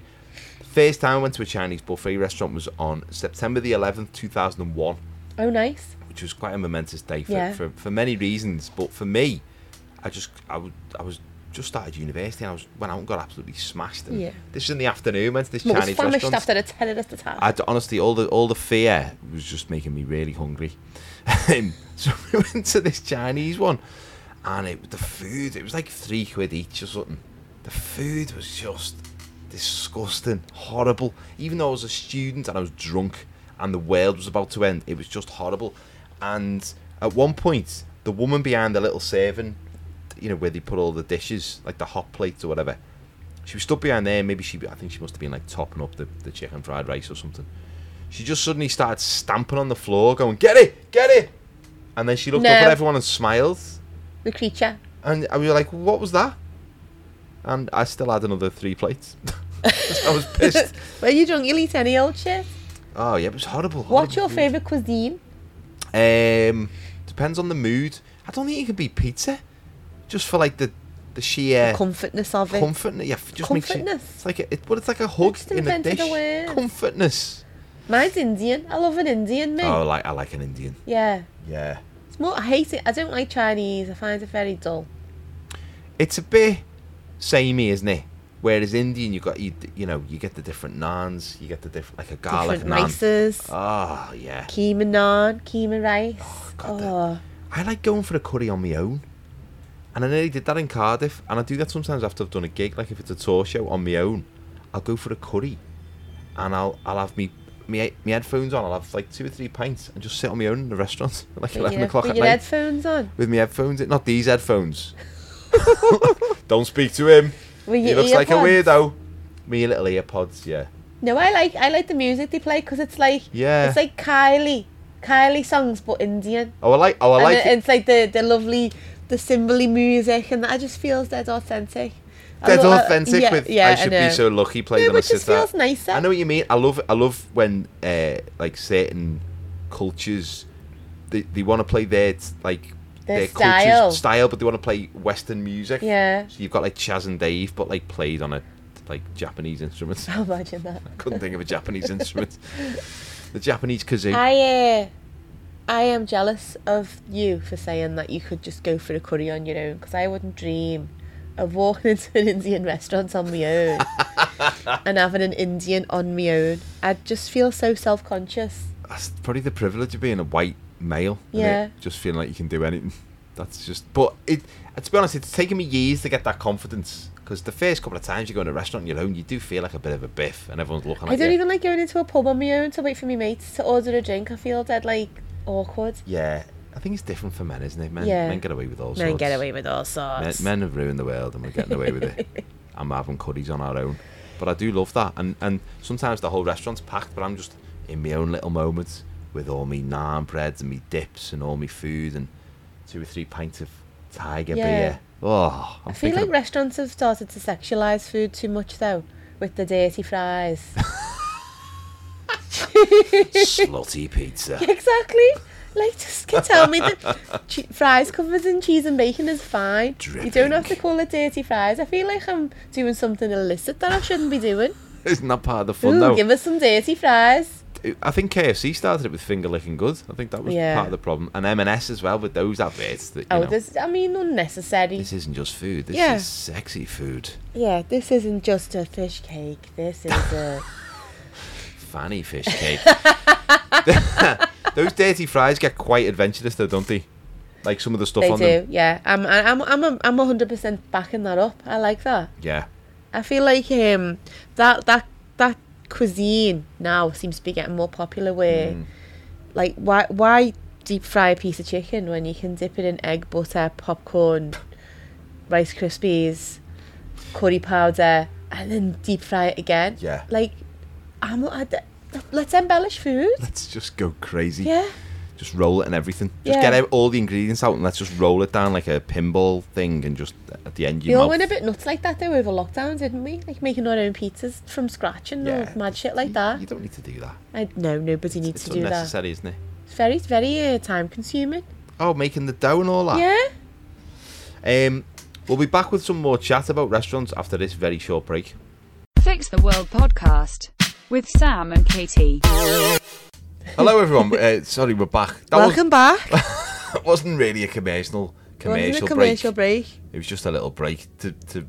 Speaker 2: First time I went to a Chinese buffet restaurant was on September the 11th, 2001
Speaker 3: Oh, nice.
Speaker 2: which was quite a momentous day for,
Speaker 3: Yeah.
Speaker 2: for, for many reasons. But for me, I just I, w- I was just started university and I was went out and got absolutely smashed. And
Speaker 3: Yeah.
Speaker 2: This was in the afternoon. Went to this
Speaker 3: Mum was
Speaker 2: Chinese
Speaker 3: famished
Speaker 2: restaurant.
Speaker 3: after a tenner at the time.
Speaker 2: I'd, honestly, all the all the fear was just making me really hungry. Um, so we went to this Chinese one, and it the food it was like three quid each or something. The food was just disgusting, horrible. Even though I was a student and I was drunk, and the world was about to end, it was just horrible. And at one point, the woman behind the little serving, you know, where they put all the dishes, like the hot plates or whatever, she was stood behind there. Maybe she, I think she must have been like topping up the, the chicken fried rice or something. She just suddenly started stamping on the floor, going, "Get it, get it!" And then she looked up
Speaker 3: No.
Speaker 2: at everyone and smiled.
Speaker 3: the creature.
Speaker 2: And I was like, "What was that?" And I still had another three plates. I was pissed.
Speaker 3: Were you drunk? You'll eat any old shit.
Speaker 2: oh yeah, it was horrible.
Speaker 3: What's your
Speaker 2: horrible
Speaker 3: favourite cuisine?
Speaker 2: food. Um, depends on the mood. I don't think it could be pizza, just for like the the sheer
Speaker 3: Comfortness of it.
Speaker 2: comfortness. Yeah, f- just makes you-
Speaker 3: Comfortness.
Speaker 2: It's like a, it, well, it's like a hug
Speaker 3: just
Speaker 2: in a
Speaker 3: invented
Speaker 2: dish.
Speaker 3: a word.
Speaker 2: Comfortness.
Speaker 3: Mine's Indian. I love an Indian meal.
Speaker 2: Oh, like I like an Indian.
Speaker 3: Yeah.
Speaker 2: Yeah.
Speaker 3: It's more, I hate it. I don't like Chinese. I find it very dull.
Speaker 2: It's a bit samey, isn't it? Whereas Indian, you got you, you know you get the different naans, you get the different like a garlic
Speaker 3: Different
Speaker 2: naan.
Speaker 3: rices.
Speaker 2: Oh yeah.
Speaker 3: Keema naan, keema rice.
Speaker 2: God, that-
Speaker 3: Oh,
Speaker 2: I like going for a curry on my own. And I nearly did that in Cardiff. And I do that sometimes after I've done a gig. Like if it's a tour show on my own, I'll go for a curry. And I'll I'll have me me, me headphones on. I'll have like two or three pints and just sit on my own in the restaurant at like
Speaker 3: but
Speaker 2: 11
Speaker 3: yeah,
Speaker 2: o'clock
Speaker 3: Put
Speaker 2: at
Speaker 3: your
Speaker 2: night
Speaker 3: headphones on.
Speaker 2: with my headphones. in- Not these headphones. Don't speak to him.
Speaker 3: With
Speaker 2: He
Speaker 3: your
Speaker 2: looks like a
Speaker 3: earpods.
Speaker 2: weirdo. Me little earpods, yeah.
Speaker 3: No, I like I like the music they play because it's like
Speaker 2: Yeah.
Speaker 3: it's like Kylie Kylie songs but Indian.
Speaker 2: Oh, I like. Oh, I
Speaker 3: and
Speaker 2: like.
Speaker 3: it-
Speaker 2: it.
Speaker 3: it's like the the lovely the cymbally music and I just feels dead authentic. I
Speaker 2: That's
Speaker 3: lo- I-
Speaker 2: authentic
Speaker 3: yeah,
Speaker 2: with
Speaker 3: yeah,
Speaker 2: I should
Speaker 3: know.
Speaker 2: be so lucky played
Speaker 3: Yeah,
Speaker 2: on a
Speaker 3: but it just
Speaker 2: sitar.
Speaker 3: feels nicer.
Speaker 2: I know what you mean. I love I love when uh, like certain cultures they, they want to play their t- like
Speaker 3: Their style.
Speaker 2: culture's style, but they want to play Western music.
Speaker 3: Yeah.
Speaker 2: So you've got like Chaz and Dave, but like played on a like Japanese instruments. I
Speaker 3: Imagine that.
Speaker 2: couldn't think of a Japanese instrument. The Japanese kazoo.
Speaker 3: I uh, I am jealous of you for saying that you could just go for a curry on your own because I wouldn't dream of walking into an Indian restaurant on my own and having an Indian on my own. I'd just feel so self conscious.
Speaker 2: that's probably the privilege of being a white male. innit?
Speaker 3: Yeah.
Speaker 2: Just feeling like you can do anything. That's just. But it. uh, To be honest, it's taken me years to get that confidence. Because the first couple of times you go in a restaurant on your own, you do feel like a bit of a biff, and everyone's looking at
Speaker 3: I don't
Speaker 2: you.
Speaker 3: even like going into a pub on my own to wait for my mates to order a drink. I feel dead like awkward.
Speaker 2: Yeah, I think it's different for men, isn't it? Men,
Speaker 3: Yeah.
Speaker 2: men get away with all sorts.
Speaker 3: Men get away with all
Speaker 2: Men,
Speaker 3: sorts.
Speaker 2: men have ruined the world, and we're getting away with it. I'm having curries on our own, but I do love that. And and sometimes the whole restaurant's packed, but I'm just in my own little moments with all me naan breads and me dips and all me food and two or three pints of Tiger
Speaker 3: Yeah.
Speaker 2: beer. Oh, I'm
Speaker 3: I feel
Speaker 2: thinking
Speaker 3: like
Speaker 2: of-
Speaker 3: restaurants have started to sexualise food too much though, with the dirty fries.
Speaker 2: slutty pizza.
Speaker 3: Exactly. Like, just can tell me that che- fries covered in cheese and bacon is fine. You don't have to
Speaker 2: Dripping.
Speaker 3: call it dirty fries. I feel like I'm doing something illicit that I shouldn't be doing.
Speaker 2: Isn't that part of the
Speaker 3: Ooh,
Speaker 2: fun though?
Speaker 3: give us some dirty fries.
Speaker 2: I think KFC started it with finger licking good. I think that was
Speaker 3: Yeah.
Speaker 2: part of the problem, and M&S as well with those adverts. That you
Speaker 3: Oh,
Speaker 2: know,
Speaker 3: this, I mean, unnecessary.
Speaker 2: this isn't just food. This
Speaker 3: Yeah.
Speaker 2: is sexy food.
Speaker 3: yeah, this isn't just a fish cake. This is a.
Speaker 2: Fanny fish cake. Those dirty fries get quite adventurous, though, don't they? Like some of the stuff
Speaker 3: they
Speaker 2: on
Speaker 3: do,
Speaker 2: them.
Speaker 3: yeah. I'm, I'm, I'm, I'm, I'm 100% backing that up. I like that.
Speaker 2: Yeah.
Speaker 3: I feel like um that that that cuisine now seems to be getting more popular. Where
Speaker 2: Hmm.
Speaker 3: like why why deep fry a piece of chicken when you can dip it in egg butter, popcorn, Rice Krispies, curry powder, and then deep fry it again?
Speaker 2: Yeah.
Speaker 3: Like, I'm, I, let's embellish food.
Speaker 2: Let's just go crazy.
Speaker 3: Yeah.
Speaker 2: just roll it and everything. Just
Speaker 3: Yeah.
Speaker 2: get out all the ingredients out and let's just roll it down like a pinball thing and just uh, at the end
Speaker 3: We
Speaker 2: you
Speaker 3: all
Speaker 2: mouth.
Speaker 3: went a bit nuts like that though over lockdown, didn't we? Like making our own pizzas from scratch and all
Speaker 2: Yeah.
Speaker 3: mad shit like
Speaker 2: You
Speaker 3: that.
Speaker 2: don't need to do that.
Speaker 3: I, no, nobody needs
Speaker 2: It's
Speaker 3: to do that.
Speaker 2: unnecessary, is isn't it?
Speaker 3: It's very, very uh, time consuming.
Speaker 2: Oh, making the dough and all that.
Speaker 3: Yeah.
Speaker 2: Um, we'll be back with some more chat about restaurants after this very short break.
Speaker 1: Fix the World podcast with Sam and Katie.
Speaker 2: Hello, everyone. uh, sorry, we're back. That
Speaker 3: Welcome back.
Speaker 2: Wasn't, wasn't really a commercial commercial,
Speaker 3: Welcome to
Speaker 2: break.
Speaker 3: commercial break.
Speaker 2: It was just a little break to, to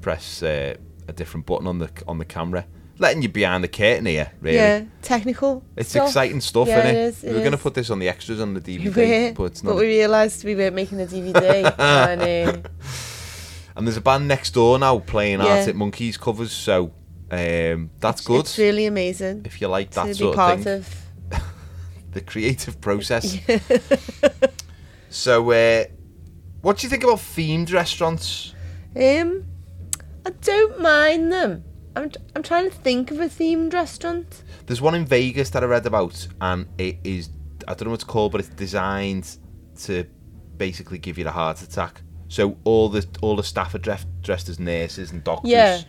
Speaker 2: press uh, a different button on the on the camera, letting you behind the curtain here. Really,
Speaker 3: Yeah. Technical.
Speaker 2: it's
Speaker 3: stuff.
Speaker 2: exciting stuff,
Speaker 3: Yeah,
Speaker 2: innit?
Speaker 3: it is, it
Speaker 2: we were going to
Speaker 3: is.
Speaker 2: put this on the extras on the
Speaker 3: We
Speaker 2: DVD,
Speaker 3: were,
Speaker 2: but it's
Speaker 3: but,
Speaker 2: not.
Speaker 3: we realised we weren't making the DVD. and, uh,
Speaker 2: and there's a band next door now playing
Speaker 3: Yeah.
Speaker 2: Arctic Monkeys covers, so um, that's good.
Speaker 3: It's really amazing
Speaker 2: if you like
Speaker 3: to
Speaker 2: that
Speaker 3: be
Speaker 2: sort of
Speaker 3: part
Speaker 2: thing,
Speaker 3: of.
Speaker 2: the creative process. so, uh, what do you think about themed restaurants?
Speaker 3: Um, I don't mind them. I'm, I'm trying to think of a themed restaurant.
Speaker 2: There's one in Vegas that I read about, and it is I don't know what it's called, but it's designed to basically give you a heart attack. So all the all the staff are dressed, dressed as nurses and doctors,
Speaker 3: Yeah.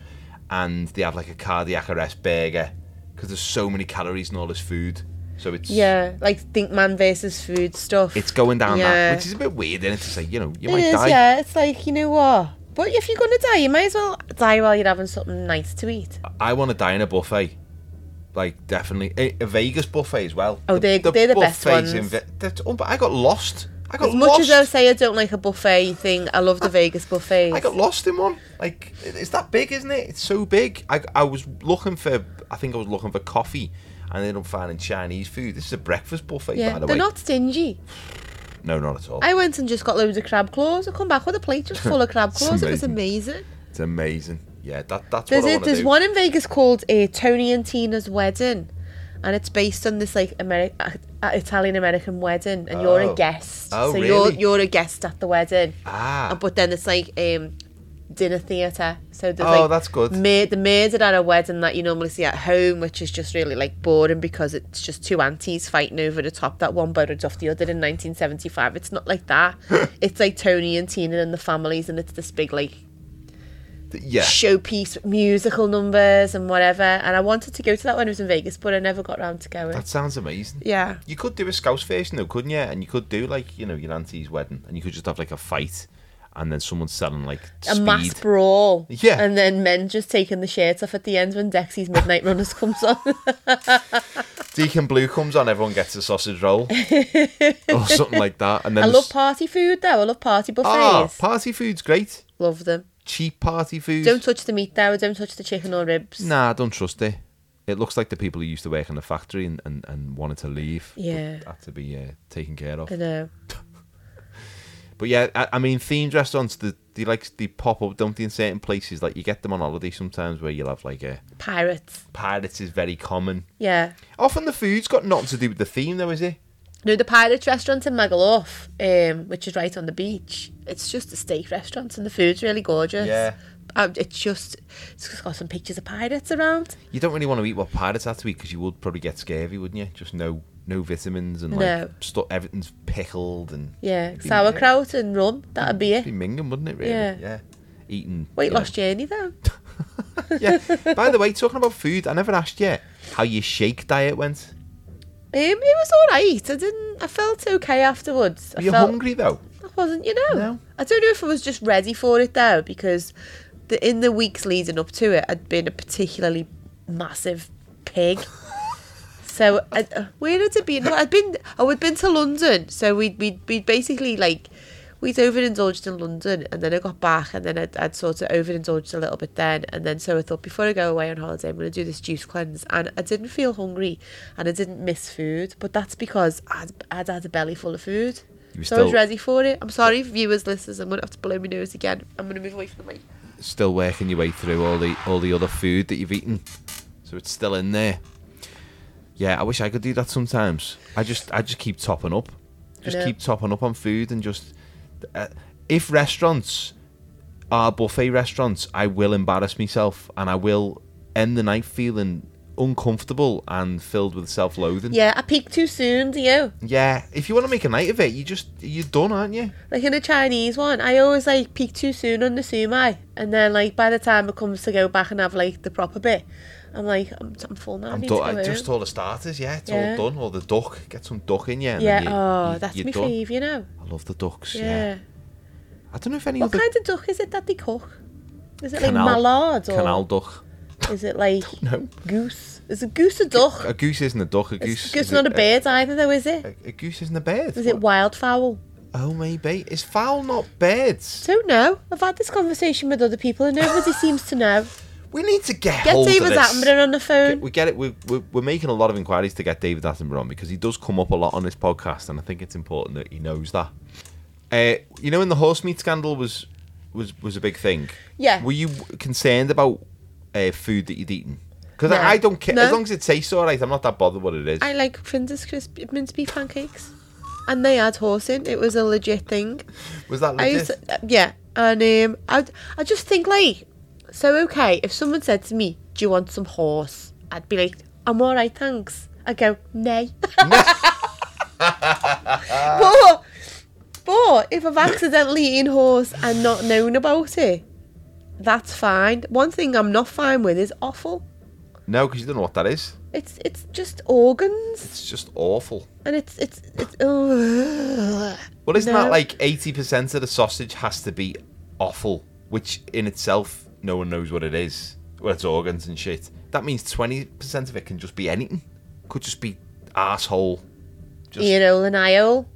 Speaker 2: and they have like a cardiac arrest burger because there's so many calories in all this food. So it's
Speaker 3: Yeah, like Think Man versus Food stuff.
Speaker 2: it's going down
Speaker 3: Yeah.
Speaker 2: that, which is a bit weird, and it's to say you know you
Speaker 3: It
Speaker 2: might
Speaker 3: is,
Speaker 2: die.
Speaker 3: yeah. It's like, you know what? But if you're going to die, you might as well die while you're having something nice to eat.
Speaker 2: I want to dine in a buffet. Like definitely a, a Vegas buffet as well.
Speaker 3: Oh, they're- they're the best
Speaker 2: buffets
Speaker 3: ones.
Speaker 2: Ve- that's unbe- I got lost. I got
Speaker 3: As much as I
Speaker 2: lost.
Speaker 3: say I don't like a buffet thing, I love the Vegas buffets.
Speaker 2: I got lost in one. Like it- it's that big, isn't it? It's so big. I, I was looking for. I think I was looking for coffee, and then I'm finding Chinese food. This is a breakfast buffet,
Speaker 3: yeah,
Speaker 2: by the
Speaker 3: they're
Speaker 2: way.
Speaker 3: not stingy.
Speaker 2: no, not at all.
Speaker 3: I went and just got loads of crab claws. I come back with a plate just full of crab
Speaker 2: It's
Speaker 3: claws. It was amazing.
Speaker 2: it's amazing. Yeah, that that's
Speaker 3: There's
Speaker 2: what I
Speaker 3: a,
Speaker 2: want to
Speaker 3: there's
Speaker 2: do.
Speaker 3: one in Vegas called uh, Tony and Tina's Wedding, and it's based on this like Ameri- uh, Italian American wedding, and you're
Speaker 2: Oh.
Speaker 3: a guest.
Speaker 2: Oh,
Speaker 3: so you're
Speaker 2: really?
Speaker 3: you're a guest at the wedding.
Speaker 2: Ah.
Speaker 3: Uh, But then it's like um, dinner theatre. So there's
Speaker 2: Oh,
Speaker 3: like
Speaker 2: that's good.
Speaker 3: mur- the murder at a wedding that you normally see at home, which is just really like boring because it's just two aunties fighting over the top that one bites off the other in 1975. It's not like that. it's like Tony and Tina and the families, and it's this big like
Speaker 2: yeah,
Speaker 3: showpiece with musical numbers and whatever. And I wanted to go to that when I was in Vegas, but I never got round to going.
Speaker 2: that sounds amazing.
Speaker 3: yeah.
Speaker 2: You could do a scouse version though, couldn't you? And you could do like you know your auntie's wedding, and you could just have like a fight, and then someone selling like
Speaker 3: A
Speaker 2: speed.
Speaker 3: mass brawl.
Speaker 2: Yeah.
Speaker 3: And then men just taking the shirts off at the end when Dexy's Midnight Runners comes on.
Speaker 2: Deacon Blue comes on, everyone gets a sausage roll or something like that. And then
Speaker 3: I
Speaker 2: there's-
Speaker 3: love party food though. I love party
Speaker 2: ah,
Speaker 3: buffets.
Speaker 2: party food's great.
Speaker 3: love them.
Speaker 2: Cheap party food.
Speaker 3: Don't touch the meat though. Don't touch the chicken or ribs.
Speaker 2: nah, I don't trust it. It looks like the people who used to work in the factory and, and, and wanted to leave would
Speaker 3: Yeah.
Speaker 2: had to be uh, taken care of.
Speaker 3: I know.
Speaker 2: But yeah, I, I mean, themed restaurants, they, they like they pop up, don't they, in certain places? Like you get them on holiday sometimes, where you'll have like a
Speaker 3: Pirates.
Speaker 2: pirates is very common.
Speaker 3: Yeah.
Speaker 2: Often the food's got nothing to do with the theme, though, is it?
Speaker 3: No, the Pirates restaurant in Magaluf, um, which is right on the beach. It's just a steak restaurant, and the food's really gorgeous.
Speaker 2: Yeah.
Speaker 3: Um, it's just it's just got some pictures of pirates around.
Speaker 2: You don't really want to eat what pirates had to eat because you would probably get scurvy, wouldn't you? Just no, no vitamins and like
Speaker 3: No.
Speaker 2: stu- everything's pickled and
Speaker 3: Yeah,
Speaker 2: It'd be-
Speaker 3: sauerkraut and rum. That'd be
Speaker 2: Be
Speaker 3: it.
Speaker 2: minging, wouldn't it? Really?
Speaker 3: Yeah.
Speaker 2: Eating
Speaker 3: Weight
Speaker 2: you know.
Speaker 3: loss journey though.
Speaker 2: yeah. By the way, talking about food, I never asked you how your shake diet went.
Speaker 3: Um, it was all right. I didn't. I felt okay afterwards.
Speaker 2: Were
Speaker 3: I
Speaker 2: you
Speaker 3: felt,
Speaker 2: hungry though?
Speaker 3: I wasn't, you know.
Speaker 2: No.
Speaker 3: I don't know if I was just ready for it though, because the, in the weeks leading up to it, I'd been a particularly massive pig. so I, uh, where had it been? No, I'd been. Oh, I'd been to London. So we we we basically like. We'd overindulged in London and then I got back and then I'd, I'd sort of overindulged a little bit then and then so I thought before I go away on holiday I'm going to do this juice cleanse and I didn't feel hungry and I didn't miss food but that's because I'd, I'd had a belly full of food
Speaker 2: You were
Speaker 3: so I was
Speaker 2: still-
Speaker 3: ready for it. I'm sorry, viewers, listeners. I'm gonna have to blow my nose again. I'm gonna move away from
Speaker 2: Mm.
Speaker 3: the mic.
Speaker 2: Still working your way through all the all the other food that you've eaten, so it's still in there. Yeah, I wish I could do that sometimes. I just I just keep topping up, just
Speaker 3: know.
Speaker 2: keep topping up on food and just uh, if restaurants are buffet restaurants, I will embarrass myself and I will end the night feeling uncomfortable and filled with self-loathing.
Speaker 3: Yeah, I peaked too soon, do you?
Speaker 2: Yeah, If you want to make a night of it, you just you're done, aren't you?
Speaker 3: Like in a Chinese one, I always like peak too soon on the sumai, and then like by the time it comes to go back and have like the proper bit, I'm like I'm, I'm full now. i
Speaker 2: I'm
Speaker 3: need
Speaker 2: done.
Speaker 3: to go
Speaker 2: I-
Speaker 3: home.
Speaker 2: Just all the starters. Yeah, it's
Speaker 3: Yeah.
Speaker 2: all done. Or the duck. Get some duck in you. And
Speaker 3: yeah.
Speaker 2: Then you,
Speaker 3: oh,
Speaker 2: you-
Speaker 3: that's
Speaker 2: you're
Speaker 3: my
Speaker 2: done.
Speaker 3: fave, you know.
Speaker 2: I love the ducks.
Speaker 3: Yeah.
Speaker 2: Yeah. I don't know if any
Speaker 3: What
Speaker 2: other
Speaker 3: kind of duck is it that they cook? Is it
Speaker 2: Canal-
Speaker 3: like mallard or
Speaker 2: canal duck.
Speaker 3: is it like
Speaker 2: No,
Speaker 3: goose? Is a goose a duck?
Speaker 2: a goose isn't a duck. A
Speaker 3: It's,
Speaker 2: goose.
Speaker 3: it's
Speaker 2: is
Speaker 3: not a bird either, though, is it?
Speaker 2: A, a goose isn't a bird.
Speaker 3: Is it
Speaker 2: What-
Speaker 3: wildfowl?
Speaker 2: Oh, maybe. Is fowl not birds?
Speaker 3: Don't know. I've had this conversation with other people and nobody seems to know.
Speaker 2: We need to get,
Speaker 3: Get
Speaker 2: hold
Speaker 3: David
Speaker 2: of this.
Speaker 3: Attenborough on the phone.
Speaker 2: Get- We get it. We, we, we're making a lot of inquiries to get David Attenborough on because he does come up a lot on this podcast, and I think it's important that he knows that. Uh, you know, when the horse meat scandal was was was a big thing.
Speaker 3: Yeah.
Speaker 2: Were you concerned about uh, food that you'd eaten? Because
Speaker 3: No.
Speaker 2: I, I don't care
Speaker 3: No.
Speaker 2: as long as it tastes all right. I'm not that bothered what it is.
Speaker 3: I like Princess Crisp mince beef pancakes, and they had horse in. It was a legit thing.
Speaker 2: was that
Speaker 3: I
Speaker 2: legit?
Speaker 3: used to, uh, yeah, and um, I I just think like, so okay, if someone said to me, "Do you want some horse?" I'd be like, "I'm all right, thanks." I go, "Nay." but but if I've accidentally eaten horse and not known about it, that's fine. One thing I'm not fine with is offal.
Speaker 2: no, because you don't know what that is.
Speaker 3: It's it's just organs,
Speaker 2: It's just awful.
Speaker 3: and it's it's it's. oh, ugh.
Speaker 2: Well, isn't
Speaker 3: No.
Speaker 2: that like eighty percent of the sausage has to be offal, which in itself no one knows what it is, well its organs and shit. That means twenty percent of it can just be anything. Could just be asshole. Just
Speaker 3: You know, and Iole.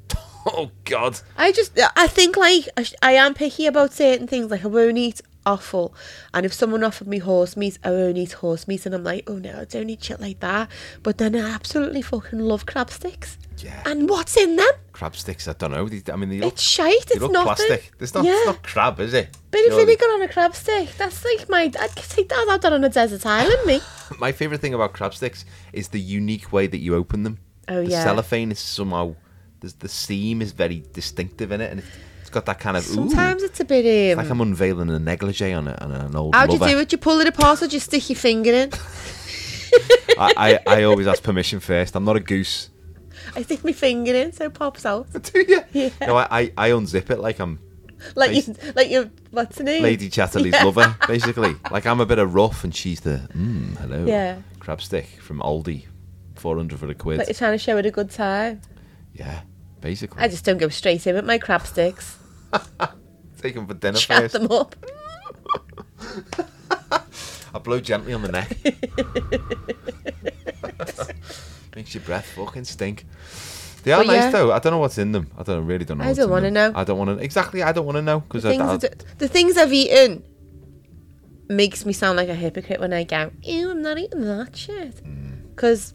Speaker 2: oh god.
Speaker 3: I just, I think like I, sh- I am picky about certain things. Like I won't eat offal, and if someone offered me horse meat, I won't eat horse meat, and I'm like, oh no, I don't eat shit like that. But then I absolutely fucking love crab sticks.
Speaker 2: Yeah.
Speaker 3: And what's in them?
Speaker 2: crab sticks. I don't know. They, I mean, they look,
Speaker 3: It's shite.
Speaker 2: they
Speaker 3: It's
Speaker 2: look
Speaker 3: nothing.
Speaker 2: plastic. It's not,
Speaker 3: Yeah.
Speaker 2: it's not crab, is it?
Speaker 3: Bit of
Speaker 2: Surely.
Speaker 3: vinegar on a crab stick. That's like my. I'd take that out there on a desert island, me.
Speaker 2: My favorite thing about crab sticks is the unique way that you open them.
Speaker 3: Oh,
Speaker 2: the
Speaker 3: yeah.
Speaker 2: cellophane is somehow there's, the seam is very distinctive in it, and it's, it's got that kind of ooh.
Speaker 3: Sometimes it's a bit.
Speaker 2: It's
Speaker 3: Um,
Speaker 2: like I'm unveiling a negligee on, a, on an old
Speaker 3: how do you
Speaker 2: lover.
Speaker 3: do it? You pull it apart or do you stick your finger in?
Speaker 2: I, I, I always ask permission first. I'm not a goose.
Speaker 3: I stick my finger in, so it pops out.
Speaker 2: do you? No, I, I, I unzip it like I'm
Speaker 3: Like you, like you. What's the name?
Speaker 2: Lady Chatterley's
Speaker 3: Yeah.
Speaker 2: lover, basically. Like I'm a bit of rough and she's the, mm, hello.
Speaker 3: Yeah.
Speaker 2: Crab stick from Aldi. 400 for a quid.
Speaker 3: Like you're trying to show it a good time.
Speaker 2: yeah, basically.
Speaker 3: I just don't go straight in with my crab sticks.
Speaker 2: Take them for dinner
Speaker 3: Chat
Speaker 2: first.
Speaker 3: them up.
Speaker 2: I blow gently on the neck. Makes your breath fucking stink. They are
Speaker 3: But
Speaker 2: nice
Speaker 3: yeah.
Speaker 2: though. I don't know what's in them. I don't really don't know.
Speaker 3: I
Speaker 2: what's
Speaker 3: don't
Speaker 2: in
Speaker 3: wanna
Speaker 2: them.
Speaker 3: know.
Speaker 2: I don't want to. Exactly. I don't want to know because I,
Speaker 3: Things
Speaker 2: I,
Speaker 3: I do- the things I've eaten makes me sound like a hypocrite when I go, ew, I'm not eating that shit.
Speaker 2: Mm.
Speaker 3: Because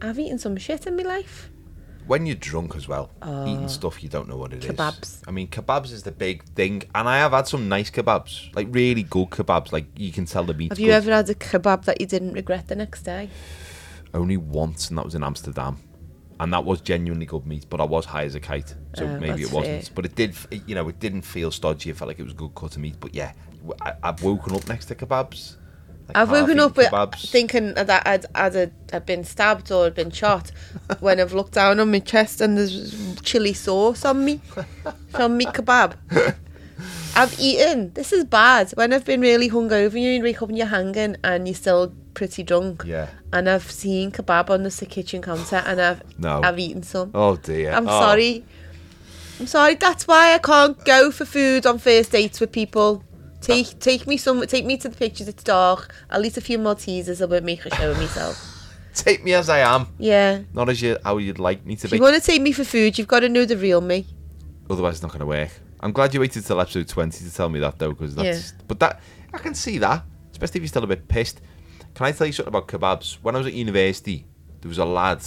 Speaker 3: I've eaten some shit in my life.
Speaker 2: when you're drunk as well, eating stuff you don't know what it is.
Speaker 3: Oh. Kebabs.
Speaker 2: I mean, kebabs is the big thing, and I have had some nice kebabs, like really good kebabs. Like you can tell the meat.
Speaker 3: Have you ever had a kebab that you didn't regret the next day?
Speaker 2: Only once, and that was in Amsterdam, and that was genuinely good meat. But I was high as a kite, so
Speaker 3: Oh,
Speaker 2: maybe it
Speaker 3: that's
Speaker 2: wasn't.
Speaker 3: fair.
Speaker 2: But it did, f- it- you know, it didn't feel stodgy. It felt like it was good cut of meat. But yeah, w- I, have woken up next to kebabs. like
Speaker 3: I've woken
Speaker 2: half-eaten
Speaker 3: up with
Speaker 2: kebabs.
Speaker 3: thinking that I'd, I'd, I'd, I'd been stabbed or been shot when I've looked down on my chest and there's chili sauce on me from me kebab. I've eaten. This is bad. When I've been really hungover, you wake up and you're hanging and you're still pretty drunk.
Speaker 2: Yeah.
Speaker 3: And I've seen kebab on the s- kitchen counter and I've
Speaker 2: No.
Speaker 3: I've eaten some.
Speaker 2: Oh dear.
Speaker 3: I'm
Speaker 2: Oh.
Speaker 3: sorry. I'm sorry. That's why I can't go for food on first dates with people. Take take me some. Take me to the pictures. It's dark. I'll eat a few Maltesers. I won't make a show of myself.
Speaker 2: Take me as I am,
Speaker 3: Yeah.
Speaker 2: not as you how you'd like me to
Speaker 3: If
Speaker 2: be.
Speaker 3: you want to take me for food, you've got to know the real me.
Speaker 2: otherwise it's not going to work. I'm glad you waited till episode 20 to tell me that though, because that's. But that I can see that, especially if you're still a bit pissed. Can I tell you something about kebabs? When I was at university, there was a lad.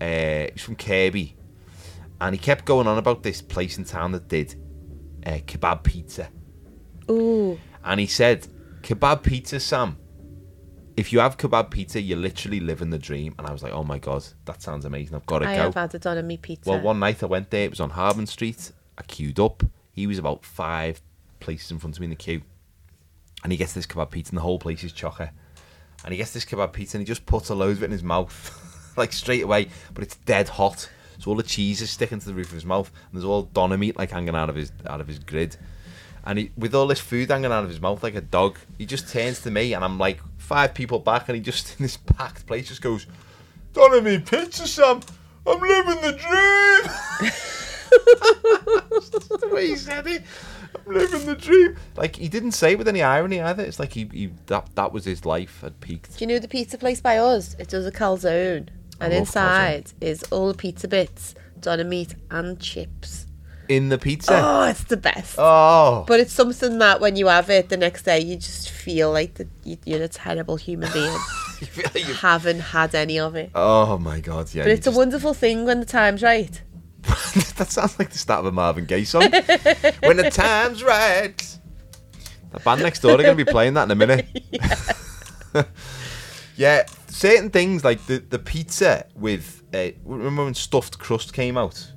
Speaker 2: Uh, he's from Kirby, and he kept going on about this place in town that did uh, kebab pizza,
Speaker 3: Ooh.
Speaker 2: and he said, "Kebab pizza, Sam." If you have kebab pizza, you're literally living the dream. And I was like, oh my God, that sounds amazing. I've got to
Speaker 3: I
Speaker 2: go.
Speaker 3: have added on a me pizza.
Speaker 2: Well, one night I went there. It was on Harbin Street. I queued up. He was about five places in front of me in the queue, and he gets this kebab pizza, and the whole place is chocker. and he gets this kebab pizza and he just puts a load of it in his mouth, like straight away. But it's dead hot, so all the cheese is sticking to the roof of his mouth, and there's all doner meat like hanging out of his out of his grid. And he, with all this food hanging out of his mouth like a dog, he just turns to me, and I'm like five people back, and he just in this packed place just goes, "Doner meat pizza, Sam. I'm living the dream." the way he said it. I'm living the dream. Like he didn't say it with any irony either. It's like he, he that that was his life had peaked.
Speaker 3: Do you know the pizza place by us? It does a calzone,
Speaker 2: love
Speaker 3: and inside is all the pizza bits, done in meat and chips.
Speaker 2: In the pizza.
Speaker 3: Oh, it's the best.
Speaker 2: Oh,
Speaker 3: But it's something that when you have it the next day, you just feel like the, you, you're a terrible human being,
Speaker 2: You feel like you-
Speaker 3: haven't had any of it.
Speaker 2: oh my god, yeah.
Speaker 3: But
Speaker 2: you
Speaker 3: it's a wonderful thing when the time's right.
Speaker 2: just- that sounds like the start of a Marvin Gaye song. when the time's right. The band next door are going to be playing that in a minute. yeah, certain things like the the pizza with uh, remember when stuffed crust came out,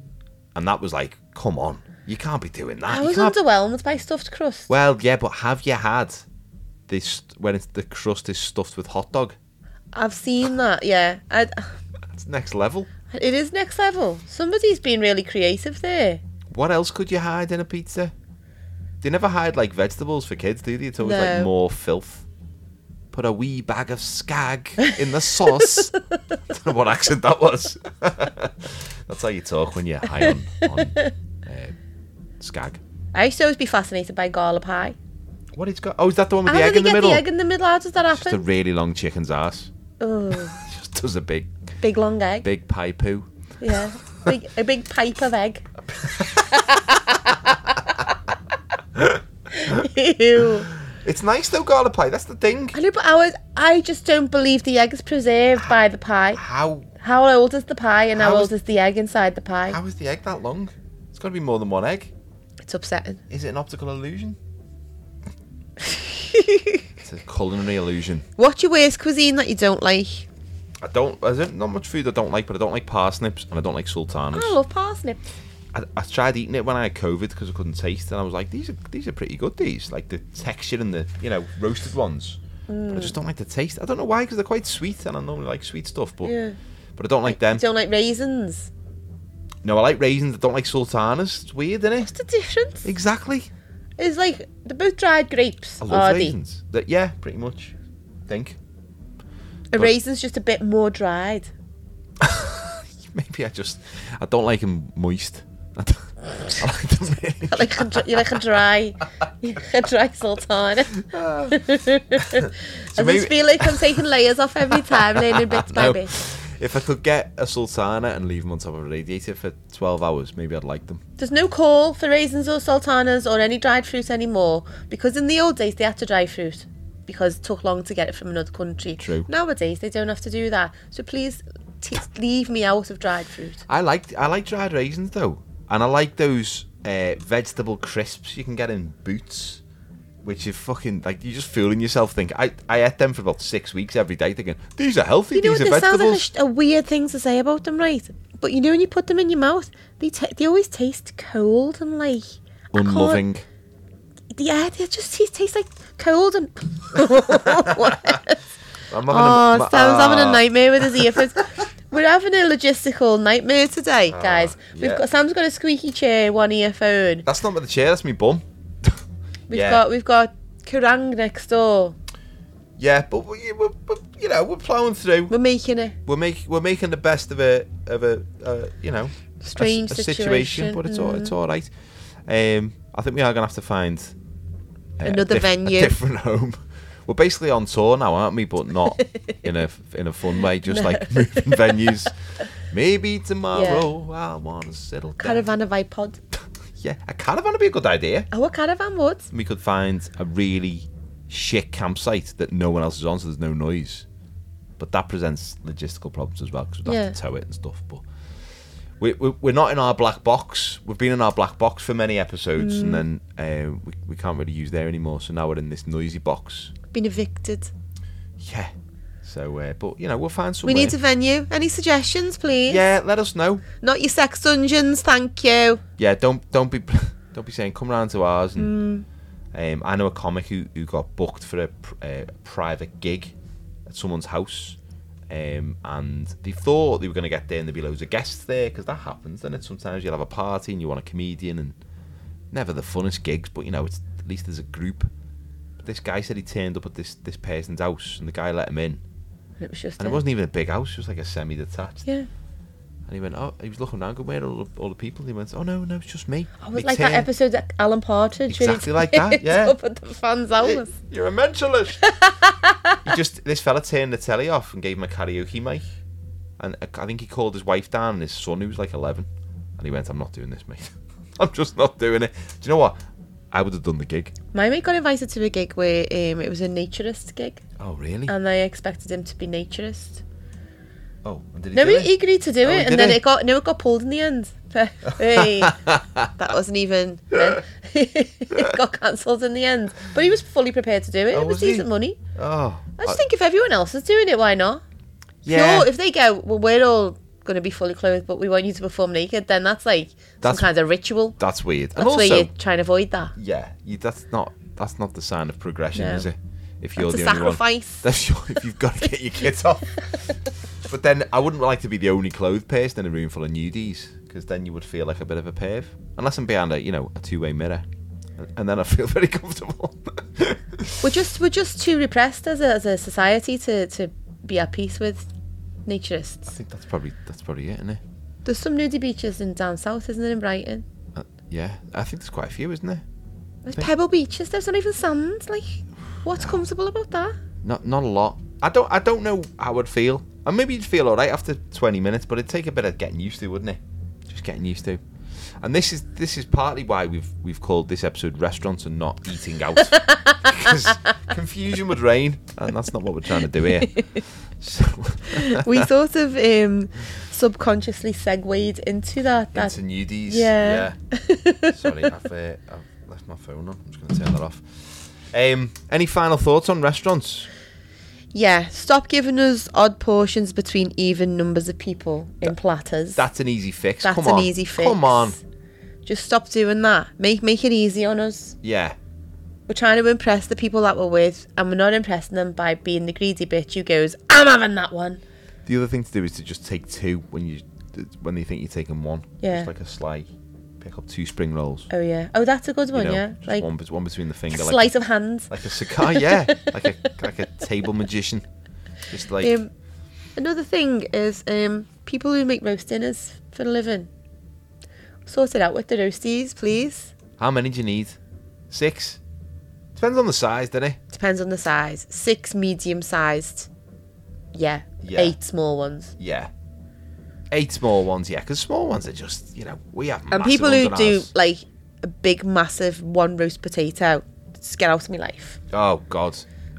Speaker 2: and that was like, come on, you can't be doing that.
Speaker 3: I
Speaker 2: You
Speaker 3: was
Speaker 2: can't-
Speaker 3: underwhelmed by stuffed crust.
Speaker 2: Well, yeah, but have you had this when it's, the crust is stuffed with hot dog?
Speaker 3: I've seen that, yeah. I,
Speaker 2: That's next level.
Speaker 3: it is next level. Somebody's been really creative there.
Speaker 2: What else could you hide in a pizza? They never hide like vegetables for kids, do they? It's always like
Speaker 3: No.
Speaker 2: more filth. Put a wee bag of skag in the sauce. Don't know what accent that was. That's how you talk when you're high on, on uh, skag.
Speaker 3: I used to always be fascinated by gala pie.
Speaker 2: What it's got? Oh, is that the one with
Speaker 3: How
Speaker 2: the
Speaker 3: do
Speaker 2: egg in the
Speaker 3: Ah, they get
Speaker 2: middle?
Speaker 3: the egg in the middle? How does that
Speaker 2: Just a
Speaker 3: happen?
Speaker 2: really long chicken's ass.
Speaker 3: Oh,
Speaker 2: Just does a big,
Speaker 3: big long egg.
Speaker 2: big pie poo.
Speaker 3: Yeah, big, a big pipe of egg. Ew.
Speaker 2: It's nice though, garlic pie. That's the thing.
Speaker 3: I know, but I was, I just don't believe the egg is preserved by the pie.
Speaker 2: How
Speaker 3: How old is the pie and how,
Speaker 2: How is-
Speaker 3: old is the egg inside the pie?
Speaker 2: how is the egg that long? It's got to be more than one egg.
Speaker 3: It's upsetting.
Speaker 2: Is it an optical illusion? It's a culinary illusion.
Speaker 3: What's your worst cuisine that you don't like?
Speaker 2: I don't. I don't not much food I don't like, but I don't like parsnips and I don't like sultanas.
Speaker 3: I love parsnip.
Speaker 2: I, I tried eating it when I had COVID because I couldn't taste, and I was like, these are these are pretty good. These like the texture and the you know roasted ones. But I just don't like the taste. I don't know why because they're quite sweet, and I normally like sweet stuff, but
Speaker 3: Yeah.
Speaker 2: but I don't like them.
Speaker 3: Don't like raisins.
Speaker 2: No, I like raisins. I don't like sultanas. It's weird, isn't it?
Speaker 3: What's the difference?
Speaker 2: Exactly.
Speaker 3: It's like they're both dried grapes.
Speaker 2: I love
Speaker 3: are they?
Speaker 2: raisins. That yeah, pretty much. Think
Speaker 3: A raisin's just a bit more dried.
Speaker 2: maybe I just I don't like them moist. I, don't, I like them really.
Speaker 3: Like a, dr- you're like a dry, you're like a dry sultana. Ah. I
Speaker 2: maybe-
Speaker 3: just feel like I'm taking layers off every time, learning bit by
Speaker 2: No.
Speaker 3: bit.
Speaker 2: If I could get a sultana and leave them on top of a radiator for 12 hours, maybe I'd like them.
Speaker 3: There's no call for raisins or sultanas or any dried fruit anymore because in the old days they had to dry fruit because it took long to get it from another country.
Speaker 2: True.
Speaker 3: Nowadays they don't have to do that. So please t- leave me out of dried fruit.
Speaker 2: I like I like dried raisins though, and I like those uh, vegetable crisps you can get in Boots, which is fucking like you're just fooling yourself. Think I I ate them for about six weeks every day, thinking these are healthy,
Speaker 3: You know what?
Speaker 2: these are
Speaker 3: This sounds like a,
Speaker 2: vegetables.
Speaker 3: sh- a uh, weird thing to say about them, right? But you know when you put them in your mouth, they ta they always taste cold and like I can't-
Speaker 2: Unloving.
Speaker 3: Yeah, they just taste, taste like cold and.
Speaker 2: I'm having
Speaker 3: Oh,
Speaker 2: ma-
Speaker 3: Sam's having
Speaker 2: ah.
Speaker 3: a nightmare with his earphones. We're having a logistical nightmare today, guys.
Speaker 2: Ah, yeah.
Speaker 3: We've got Sam's got a squeaky chair, one earphone.
Speaker 2: That's not with the chair. That's me bum.
Speaker 3: We've
Speaker 2: yeah.
Speaker 3: got we've got Kerrang next door.
Speaker 2: Yeah, but we, we're, but, you know we're plowing through.
Speaker 3: We're making it.
Speaker 2: We're making we're making the best of a of a uh, you know a s-
Speaker 3: Strange
Speaker 2: a
Speaker 3: situation.
Speaker 2: but it's all it's all right. Um, I think we are gonna have to find uh, a
Speaker 3: Another
Speaker 2: diff-
Speaker 3: venue.
Speaker 2: a different home. We're basically on tour now, aren't we? But not in a in a fun way,
Speaker 3: Mm.
Speaker 2: just like moving venues. Maybe tomorrow I want to settle down.
Speaker 3: Caravan of iPod.
Speaker 2: Yeah, a caravan would be a good idea.
Speaker 3: Our caravan would.
Speaker 2: We could find a really shit campsite that no one else is on, so there's no noise. But that presents logistical problems as well because we'd have to
Speaker 3: Yeah.
Speaker 2: tow it and stuff. But we, we, we're not in our black box. We've been in our black box for many episodes,
Speaker 3: Mm.
Speaker 2: and then uh, we, we can't really use there anymore. So now we're in this noisy box.
Speaker 3: Been evicted.
Speaker 2: Yeah. So, uh, but you know, we'll find
Speaker 3: We
Speaker 2: somewhere.
Speaker 3: need a venue. Any suggestions, please?
Speaker 2: Yeah, let us know.
Speaker 3: Not your sex dungeons, thank you.
Speaker 2: yeah, don't don't be don't be saying come round to ours.
Speaker 3: Hmm.
Speaker 2: And um, I know a comic who, who got booked for a, pr- a uh, private gig at someone's house, um, and they thought they were going to get there and there'd be loads of guests there because that happens. And it sometimes you'll have a party and you want a comedian and never the funnest gigs, but you know it's at least there's a group. But this guy said he turned up at this this person's house and the guy let him in,
Speaker 3: It was just.
Speaker 2: and
Speaker 3: a-
Speaker 2: it wasn't even a big house, it was like a semi-detached.
Speaker 3: Yeah.
Speaker 2: And he went, oh, he was looking around, going, where are all the, all the people? And he went, oh no, no, it's just me.
Speaker 3: I
Speaker 2: They
Speaker 3: was like that
Speaker 2: turned-
Speaker 3: episode that Alan Partridge. when he
Speaker 2: Exactly like that,
Speaker 3: turned
Speaker 2: yeah.
Speaker 3: Up at the fans' house.
Speaker 2: You're a mentalist. he just this fella turned the telly off and gave him a karaoke mic, and I I think he called his wife down and his son who was like eleven, and he went, "I'm not doing this, mate. I'm just not doing it." Do you know what? I would have done the gig.
Speaker 3: My mate got invited to a gig where um, it was a naturist gig,
Speaker 2: Oh really?
Speaker 3: and they expected him to be naturist.
Speaker 2: oh, and did he
Speaker 3: No,
Speaker 2: do
Speaker 3: he,
Speaker 2: it?
Speaker 3: he agreed to do
Speaker 2: Oh, he
Speaker 3: it,
Speaker 2: did
Speaker 3: and then
Speaker 2: it?
Speaker 3: it got no, it got pulled in the end. hey,
Speaker 2: Oh,
Speaker 3: that wasn't even. eh. it got cancelled in the end, but he was fully prepared to do it.
Speaker 2: Oh,
Speaker 3: it was,
Speaker 2: was he?
Speaker 3: decent money.
Speaker 2: Oh,
Speaker 3: I just
Speaker 2: I-
Speaker 3: think if everyone else is doing it, why not?
Speaker 2: yeah.
Speaker 3: Sure, if they go, well, we're all going to be fully clothed, but we want you to perform naked. Then that's like
Speaker 2: That's-
Speaker 3: some kind of ritual.
Speaker 2: that's weird.
Speaker 3: That's
Speaker 2: and also,
Speaker 3: where you try and avoid that.
Speaker 2: yeah, you, that's not that's not the sign of progression,
Speaker 3: No.
Speaker 2: is it? If you're
Speaker 3: That's a
Speaker 2: the only one.
Speaker 3: sacrifice.
Speaker 2: That's your, if you've got to get your kit off. but then I wouldn't like to be the only clothed person in a room full of nudies because then you would feel like a bit of a perv. Unless I'm behind a you know a two way mirror, and, and then I feel very comfortable.
Speaker 3: We're just we're just too repressed as a, as a society to to be at peace with
Speaker 2: I
Speaker 3: naturists.
Speaker 2: think that's probably that's probably it, isn't it?
Speaker 3: There's some nudie beaches in down south, isn't there, in Brighton?
Speaker 2: Uh, yeah, I think there's quite a few, isn't there?
Speaker 3: There's
Speaker 2: Think-
Speaker 3: pebble beaches. There's not even sand. Like, what's comfortable about that?
Speaker 2: Not not a lot. I don't I don't know how I'd feel. And maybe you'd feel all right after 20 minutes, but it'd take a bit of getting used to, wouldn't it? Just getting used to. And this is this is partly why we've we've called this episode restaurants and not eating out because confusion would reign, and that's not what we're trying to do here. So
Speaker 3: We sort of um, subconsciously segued into that. That
Speaker 2: into nudies.
Speaker 3: yeah.
Speaker 2: yeah. Sorry, I've, uh, I've left my phone on. I'm just going to turn that off. Um, any final thoughts on restaurants?
Speaker 3: yeah. Stop giving us odd portions between even numbers of people in platters.
Speaker 2: That's an easy fix.
Speaker 3: That's
Speaker 2: Come
Speaker 3: an
Speaker 2: on.
Speaker 3: easy fix.
Speaker 2: Come on.
Speaker 3: Just stop doing that. Make make it easy on us.
Speaker 2: Yeah.
Speaker 3: We're trying to impress the people that we're with, and we're not impressing them by being the greedy bitch who goes, "I'm having that one."
Speaker 2: The other thing to do is to just take two when you when they think you're taking one.
Speaker 3: Yeah.
Speaker 2: Just like a slice. Pick up two spring rolls.
Speaker 3: Oh yeah. Oh, that's a good
Speaker 2: You
Speaker 3: one.
Speaker 2: know,
Speaker 3: yeah.
Speaker 2: Just
Speaker 3: Like
Speaker 2: one, bet- one between the finger. Like,
Speaker 3: sleight of hand.
Speaker 2: like a cigar. Yeah. like a like a table magician. Just like
Speaker 3: Um, another thing is um, people who make roast dinners for a living. Sort it out with the roasties, please.
Speaker 2: how many do you need? Six. Depends on the size, doesn't it?
Speaker 3: Depends on the size. Six medium-sized. Yeah.
Speaker 2: Yeah.
Speaker 3: Eight small ones.
Speaker 2: Yeah. Eight small ones, yeah, because small ones are just, you know, we have
Speaker 3: And
Speaker 2: massive
Speaker 3: people
Speaker 2: ones
Speaker 3: who
Speaker 2: on
Speaker 3: do
Speaker 2: ours.
Speaker 3: like a big, massive one roast potato, just get out of my life.
Speaker 2: Oh God!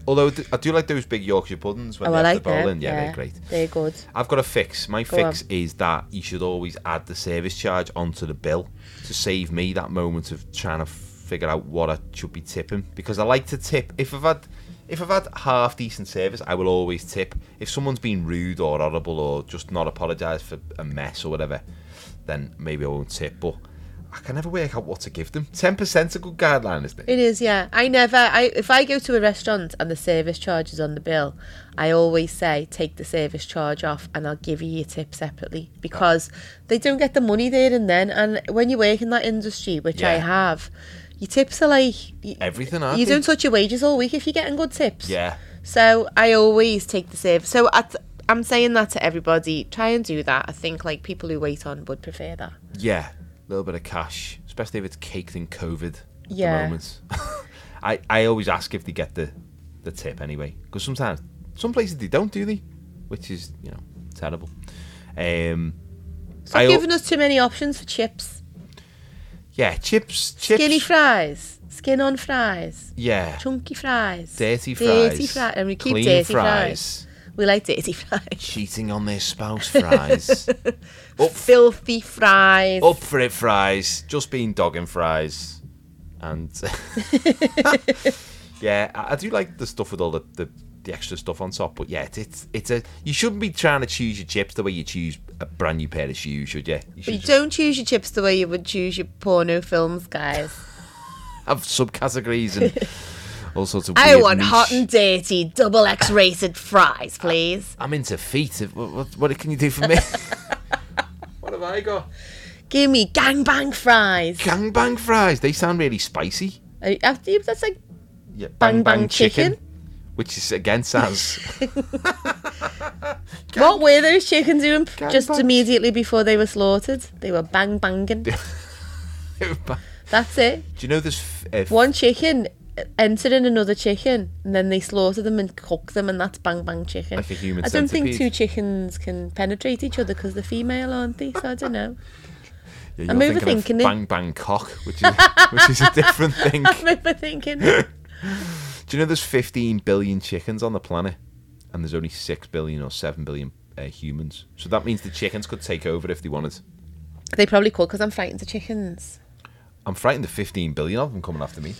Speaker 2: Although th- I do like those big Yorkshire puddings when
Speaker 3: Oh,
Speaker 2: they
Speaker 3: I
Speaker 2: have
Speaker 3: like
Speaker 2: the bowl
Speaker 3: them.
Speaker 2: in. Yeah, they're great.
Speaker 3: They're good.
Speaker 2: I've got a fix. My
Speaker 3: Go
Speaker 2: fix
Speaker 3: on.
Speaker 2: is that you should always add the service charge onto the bill to save me that moment of trying to figure out what I should be tipping because I like to tip. If I've had if I've had half decent service, I will always tip. If someone's been rude or horrible or just not apologised for a mess or whatever, then maybe I won't tip. But I can never work out what to give them. Ten percent's a good guideline, isn't it?
Speaker 3: It is, yeah. I never. I if I go to a restaurant and the service charge is on the bill, I always say take the service charge off and I'll give you your tip separately because they don't get the money there and then. And when you work in that industry, which I
Speaker 2: Yeah.
Speaker 3: have, your tips are like y-
Speaker 2: Everything, aren't
Speaker 3: You
Speaker 2: they?
Speaker 3: don't touch your wages all week if you're getting good tips.
Speaker 2: Yeah.
Speaker 3: So I always take the service. So at, I'm saying that to everybody. Try and do that. I think like people who wait on would prefer that.
Speaker 2: Yeah, a little bit of cash, especially if it's caked in COVID at
Speaker 3: Yeah.
Speaker 2: the moment. I, I always ask if they get the, the tip anyway, because sometimes some places they don't, do they? Which is you know terrible. Um,
Speaker 3: Stop
Speaker 2: I al-
Speaker 3: giving us too many options for chips.
Speaker 2: yeah, chips, chips,
Speaker 3: Skinny fries, skin on fries,
Speaker 2: yeah,
Speaker 3: chunky fries,
Speaker 2: dirty fries,
Speaker 3: dirty fries, and we keep
Speaker 2: clean
Speaker 3: dirty fries.
Speaker 2: fries,
Speaker 3: We like dirty fries,
Speaker 2: cheating on their spouse fries, up
Speaker 3: filthy fries.
Speaker 2: up for it fries, just being dogging fries, and yeah, I, I do like the stuff with all the, the, the extra stuff on top. But yeah, it's, it's it's a you shouldn't be trying to choose your chips the way you choose a brand new pair of shoes, should you? You
Speaker 3: But
Speaker 2: should
Speaker 3: you
Speaker 2: just
Speaker 3: don't choose your chips the way you would choose your porno films, guys.
Speaker 2: have subcategories and all sorts of.
Speaker 3: I
Speaker 2: weird
Speaker 3: want
Speaker 2: niche-
Speaker 3: hot and dirty double X rated fries, please.
Speaker 2: I'm into feet. What, what, what can you do for me? what have I got?
Speaker 3: Give me gangbang fries.
Speaker 2: Gangbang fries. They sound really spicy.
Speaker 3: I- I think That's like
Speaker 2: Yeah,
Speaker 3: Bang bang chicken.
Speaker 2: which is again sounds.
Speaker 3: what were those chickens doing p-
Speaker 2: Gang
Speaker 3: just
Speaker 2: bangs.
Speaker 3: immediately before they were slaughtered? They were bang banging.
Speaker 2: Do
Speaker 3: That's it.
Speaker 2: you know this? f- Uh, f-
Speaker 3: One chicken entered in another chicken, and then they slaughter them and cook them, and that's bang bang chicken.
Speaker 2: Like a human
Speaker 3: I don't
Speaker 2: centipede.
Speaker 3: think two chickens can penetrate each other because they're female, aren't they? So I don't know.
Speaker 2: Yeah, you're
Speaker 3: I'm
Speaker 2: thinking
Speaker 3: overthinking
Speaker 2: of
Speaker 3: it.
Speaker 2: Bang bang cock, which is which is a different thing.
Speaker 3: I'm overthinking.
Speaker 2: Do you know there's 15 billion chickens on the planet, and there's only six billion or seven billion uh, humans. So that means the chickens could take over if they wanted.
Speaker 3: they probably could because I'm frightened of chickens.
Speaker 2: I'm frightened of 15 billion of them coming after me,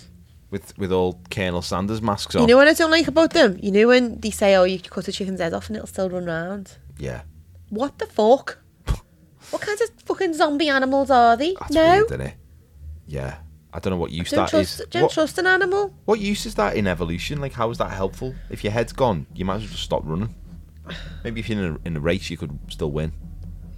Speaker 2: with with all Colonel Sanders masks on.
Speaker 3: You know what I don't like about them? You know when they say, "Oh, you could cut a chicken's head off and it'll still run round."
Speaker 2: yeah,
Speaker 3: What the fuck? What kinds of fucking zombie animals are they?
Speaker 2: that's
Speaker 3: no,
Speaker 2: weird, isn't it? Yeah, I don't know what use
Speaker 3: don't
Speaker 2: that is.
Speaker 3: trust. Don't
Speaker 2: What-
Speaker 3: trust an animal.
Speaker 2: What use is that in evolution? Like, how is that helpful? If your head's gone, you might as well just stop running. Maybe if you're in a, in a race, you could still win.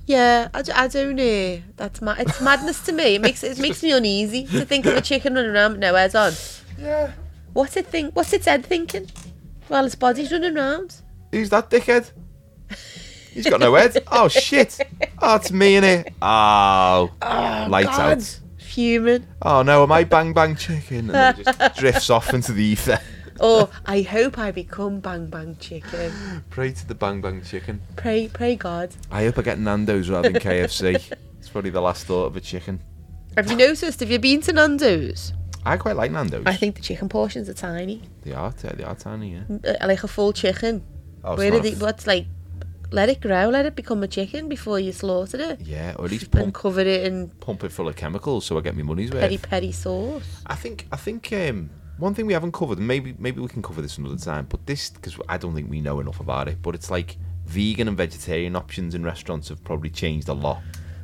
Speaker 3: Yeah, I, d- I don't know. That's ma- it's madness to me. It makes it makes me uneasy to think of a chicken running around with no head on.
Speaker 2: Yeah.
Speaker 3: What's it think? What's its head thinking? Well, its body's running around.
Speaker 2: Who's that dickhead? He's got no head. Oh shit! Oh, it's me in it. Oh, light
Speaker 3: God,
Speaker 2: out.
Speaker 3: fuming.
Speaker 2: Oh no, am I bang bang chicken? And then it just drifts off into the ether.
Speaker 3: Oh, I hope I become Bang Bang Chicken.
Speaker 2: Pray to the bang bang chicken.
Speaker 3: Pray, pray God.
Speaker 2: I hope I get Nando's rather than KFC. it's probably the last thought of a chicken.
Speaker 3: Have you noticed? Have you been to Nando's?
Speaker 2: I quite like Nando's.
Speaker 3: I think the chicken portions are tiny.
Speaker 2: they are t- they are tiny. Yeah.
Speaker 3: Uh, Like a full chicken.
Speaker 2: Oh, it's
Speaker 3: Where
Speaker 2: not
Speaker 3: did
Speaker 2: a
Speaker 3: they?
Speaker 2: f-
Speaker 3: What's like? Let it grow. Let it become a chicken before you slaughtered it
Speaker 2: Yeah, or at least
Speaker 3: and
Speaker 2: pump,
Speaker 3: covered it in
Speaker 2: pump it full of chemicals so I get my money's worth.
Speaker 3: petty petty sauce.
Speaker 2: I think I think um, one thing we haven't covered, and maybe maybe we can cover this another time. But this because I don't think we know enough about it. But it's like vegan and vegetarian options in restaurants have probably changed a lot.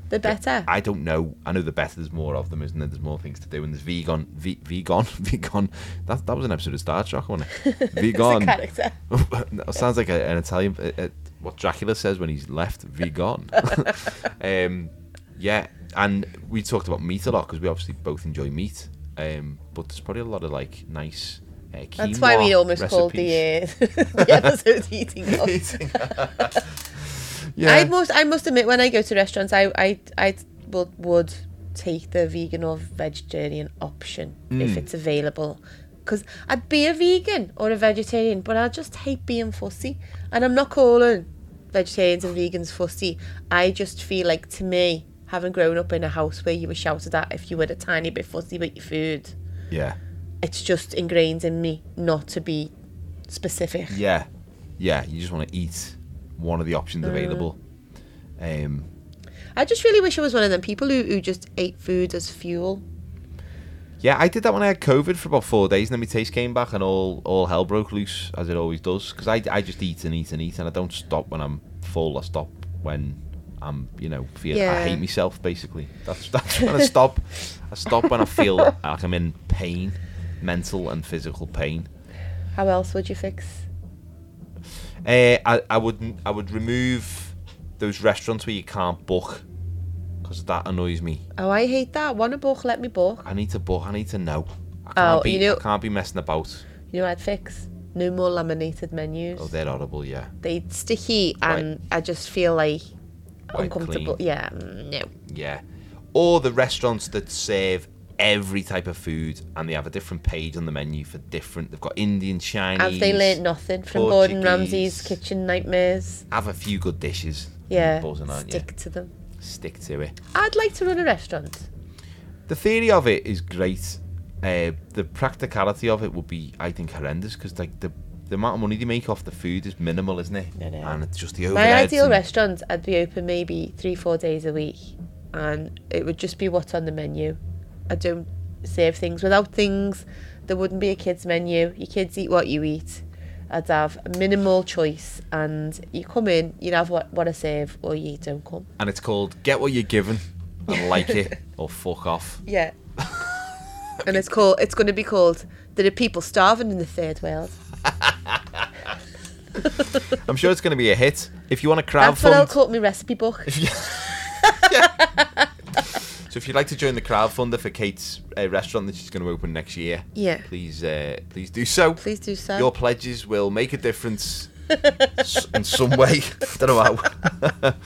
Speaker 3: The better.
Speaker 2: I don't know. I know the better there's more of them, isn't there? There's more things to do, and there's vegan, ve- vegan, vegan. That that was an episode of Star Trek, wasn't it? Vegan.
Speaker 3: character.
Speaker 2: That sounds like a, an Italian. uh, uh, what Dracula says when he's left, vegan. um, yeah, and we talked about meat a lot because we obviously both enjoy meat. Um, but there's probably a lot of like nice. Uh, quinoa
Speaker 3: That's why we almost called
Speaker 2: recipes.
Speaker 3: the, uh, the episode eating off.
Speaker 2: yeah.
Speaker 3: I must I must admit when I go to restaurants I I I would, would take the vegan or vegetarian option
Speaker 2: Mm.
Speaker 3: if it's available because I'd be a vegan or a vegetarian but I just hate being fussy and I'm not calling vegetarians and vegans fussy I just feel like to me having grown up in a house where you were shouted at if you were a tiny bit fussy with your food
Speaker 2: yeah.
Speaker 3: it's just ingrained in me not to be specific
Speaker 2: Yeah, yeah. You just want to eat one of the
Speaker 3: Uh.
Speaker 2: options available. Um,
Speaker 3: I just really wish I was one of them people who, who just ate food as fuel
Speaker 2: yeah, I did that when I had COVID for about four days, and then my taste came back, and all all hell broke loose as it always does. Because I I just eat and eat and eat, and I don't stop when I'm full. I stop when I'm you know feel I
Speaker 3: Yeah.
Speaker 2: hate myself basically. That's that's when I stop. I stop when I feel like I'm in pain, mental and physical pain.
Speaker 3: How else would you fix?
Speaker 2: Uh, I, I would I would remove those restaurants where you can't book because that annoys me.
Speaker 3: Oh, I hate that. Want a book? Let me book.
Speaker 2: I need to book. I need to know. I can't
Speaker 3: Oh,
Speaker 2: be.
Speaker 3: you know-
Speaker 2: I can't be messing about.
Speaker 3: You know what I'd fix? No more laminated menus.
Speaker 2: Oh, they're horrible. Yeah.
Speaker 3: They'd sticky, and I just feel like
Speaker 2: Quite
Speaker 3: uncomfortable.
Speaker 2: clean.
Speaker 3: Yeah, mm, no.
Speaker 2: Yeah. Or the restaurants that serve every type of food and they have a different page on the menu for different. They've got Indian, Chinese.
Speaker 3: Have they learnt nothing from Gordon
Speaker 2: Portuguese.
Speaker 3: Ramsay's kitchen nightmares?
Speaker 2: Have a few good dishes.
Speaker 3: Yeah,
Speaker 2: Buzzing, aren't
Speaker 3: stick to them.
Speaker 2: you? Stick to it.
Speaker 3: I'd like to run a restaurant.
Speaker 2: The theory of it is great. Uh, the practicality of it would be, I think, horrendous because like the. The amount of money they make off the food is minimal, isn't it?
Speaker 3: I know.
Speaker 2: And it's just the overheads.
Speaker 3: My ideal
Speaker 2: and-
Speaker 3: restaurant, I'd be open maybe three, four days a week, and it would just be what's on the menu. I don't serve things without things. There wouldn't be a kids' menu. Your kids eat what you eat. I'd have minimal choice, and you come in, you'd have what, what I serve, or you don't come.
Speaker 2: and it's called "Get What You're Given" and like it or fuck off.
Speaker 3: Yeah. and it's called. It's going to be called There are people starving in the third world.
Speaker 2: I'm sure it's going to be a hit. If you want to crowdfund,
Speaker 3: That's what I'll call my recipe book.
Speaker 2: so if you'd like to join the crowdfunder for Kate's uh, restaurant that she's going to open next year,
Speaker 3: Yeah.
Speaker 2: please, uh, please do so.
Speaker 3: Please do so.
Speaker 2: Your pledges will make a difference s- in some way. Don't know how.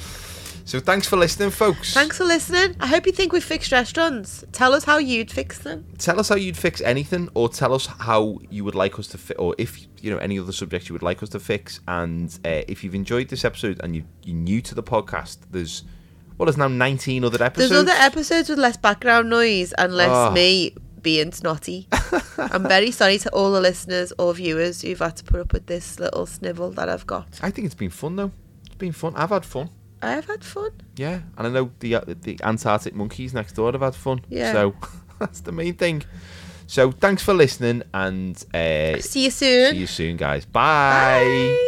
Speaker 2: so thanks for listening, folks.
Speaker 3: Thanks for listening. I hope you think we fixed restaurants. Tell us how you'd fix them.
Speaker 2: Tell us how you'd fix anything, or tell us how you would like us to fix, or if you know any other subjects you would like us to fix. And uh, if you've enjoyed this episode and you, you're new to the podcast, there's well, there's now 19 other episodes.
Speaker 3: There's other episodes with less background noise and less
Speaker 2: Ah.
Speaker 3: me being snotty. I'm very sorry to all the listeners or viewers who've had to put up with this little snivel that I've got.
Speaker 2: I think it's been fun though. It's been fun. I've had fun.
Speaker 3: I have had fun.
Speaker 2: Yeah, and I know the uh, the Antarctic monkeys next door have had fun.
Speaker 3: Yeah.
Speaker 2: So that's the main thing. So thanks for listening, and uh,
Speaker 3: See you soon.
Speaker 2: see you soon, guys. Bye.
Speaker 3: Bye.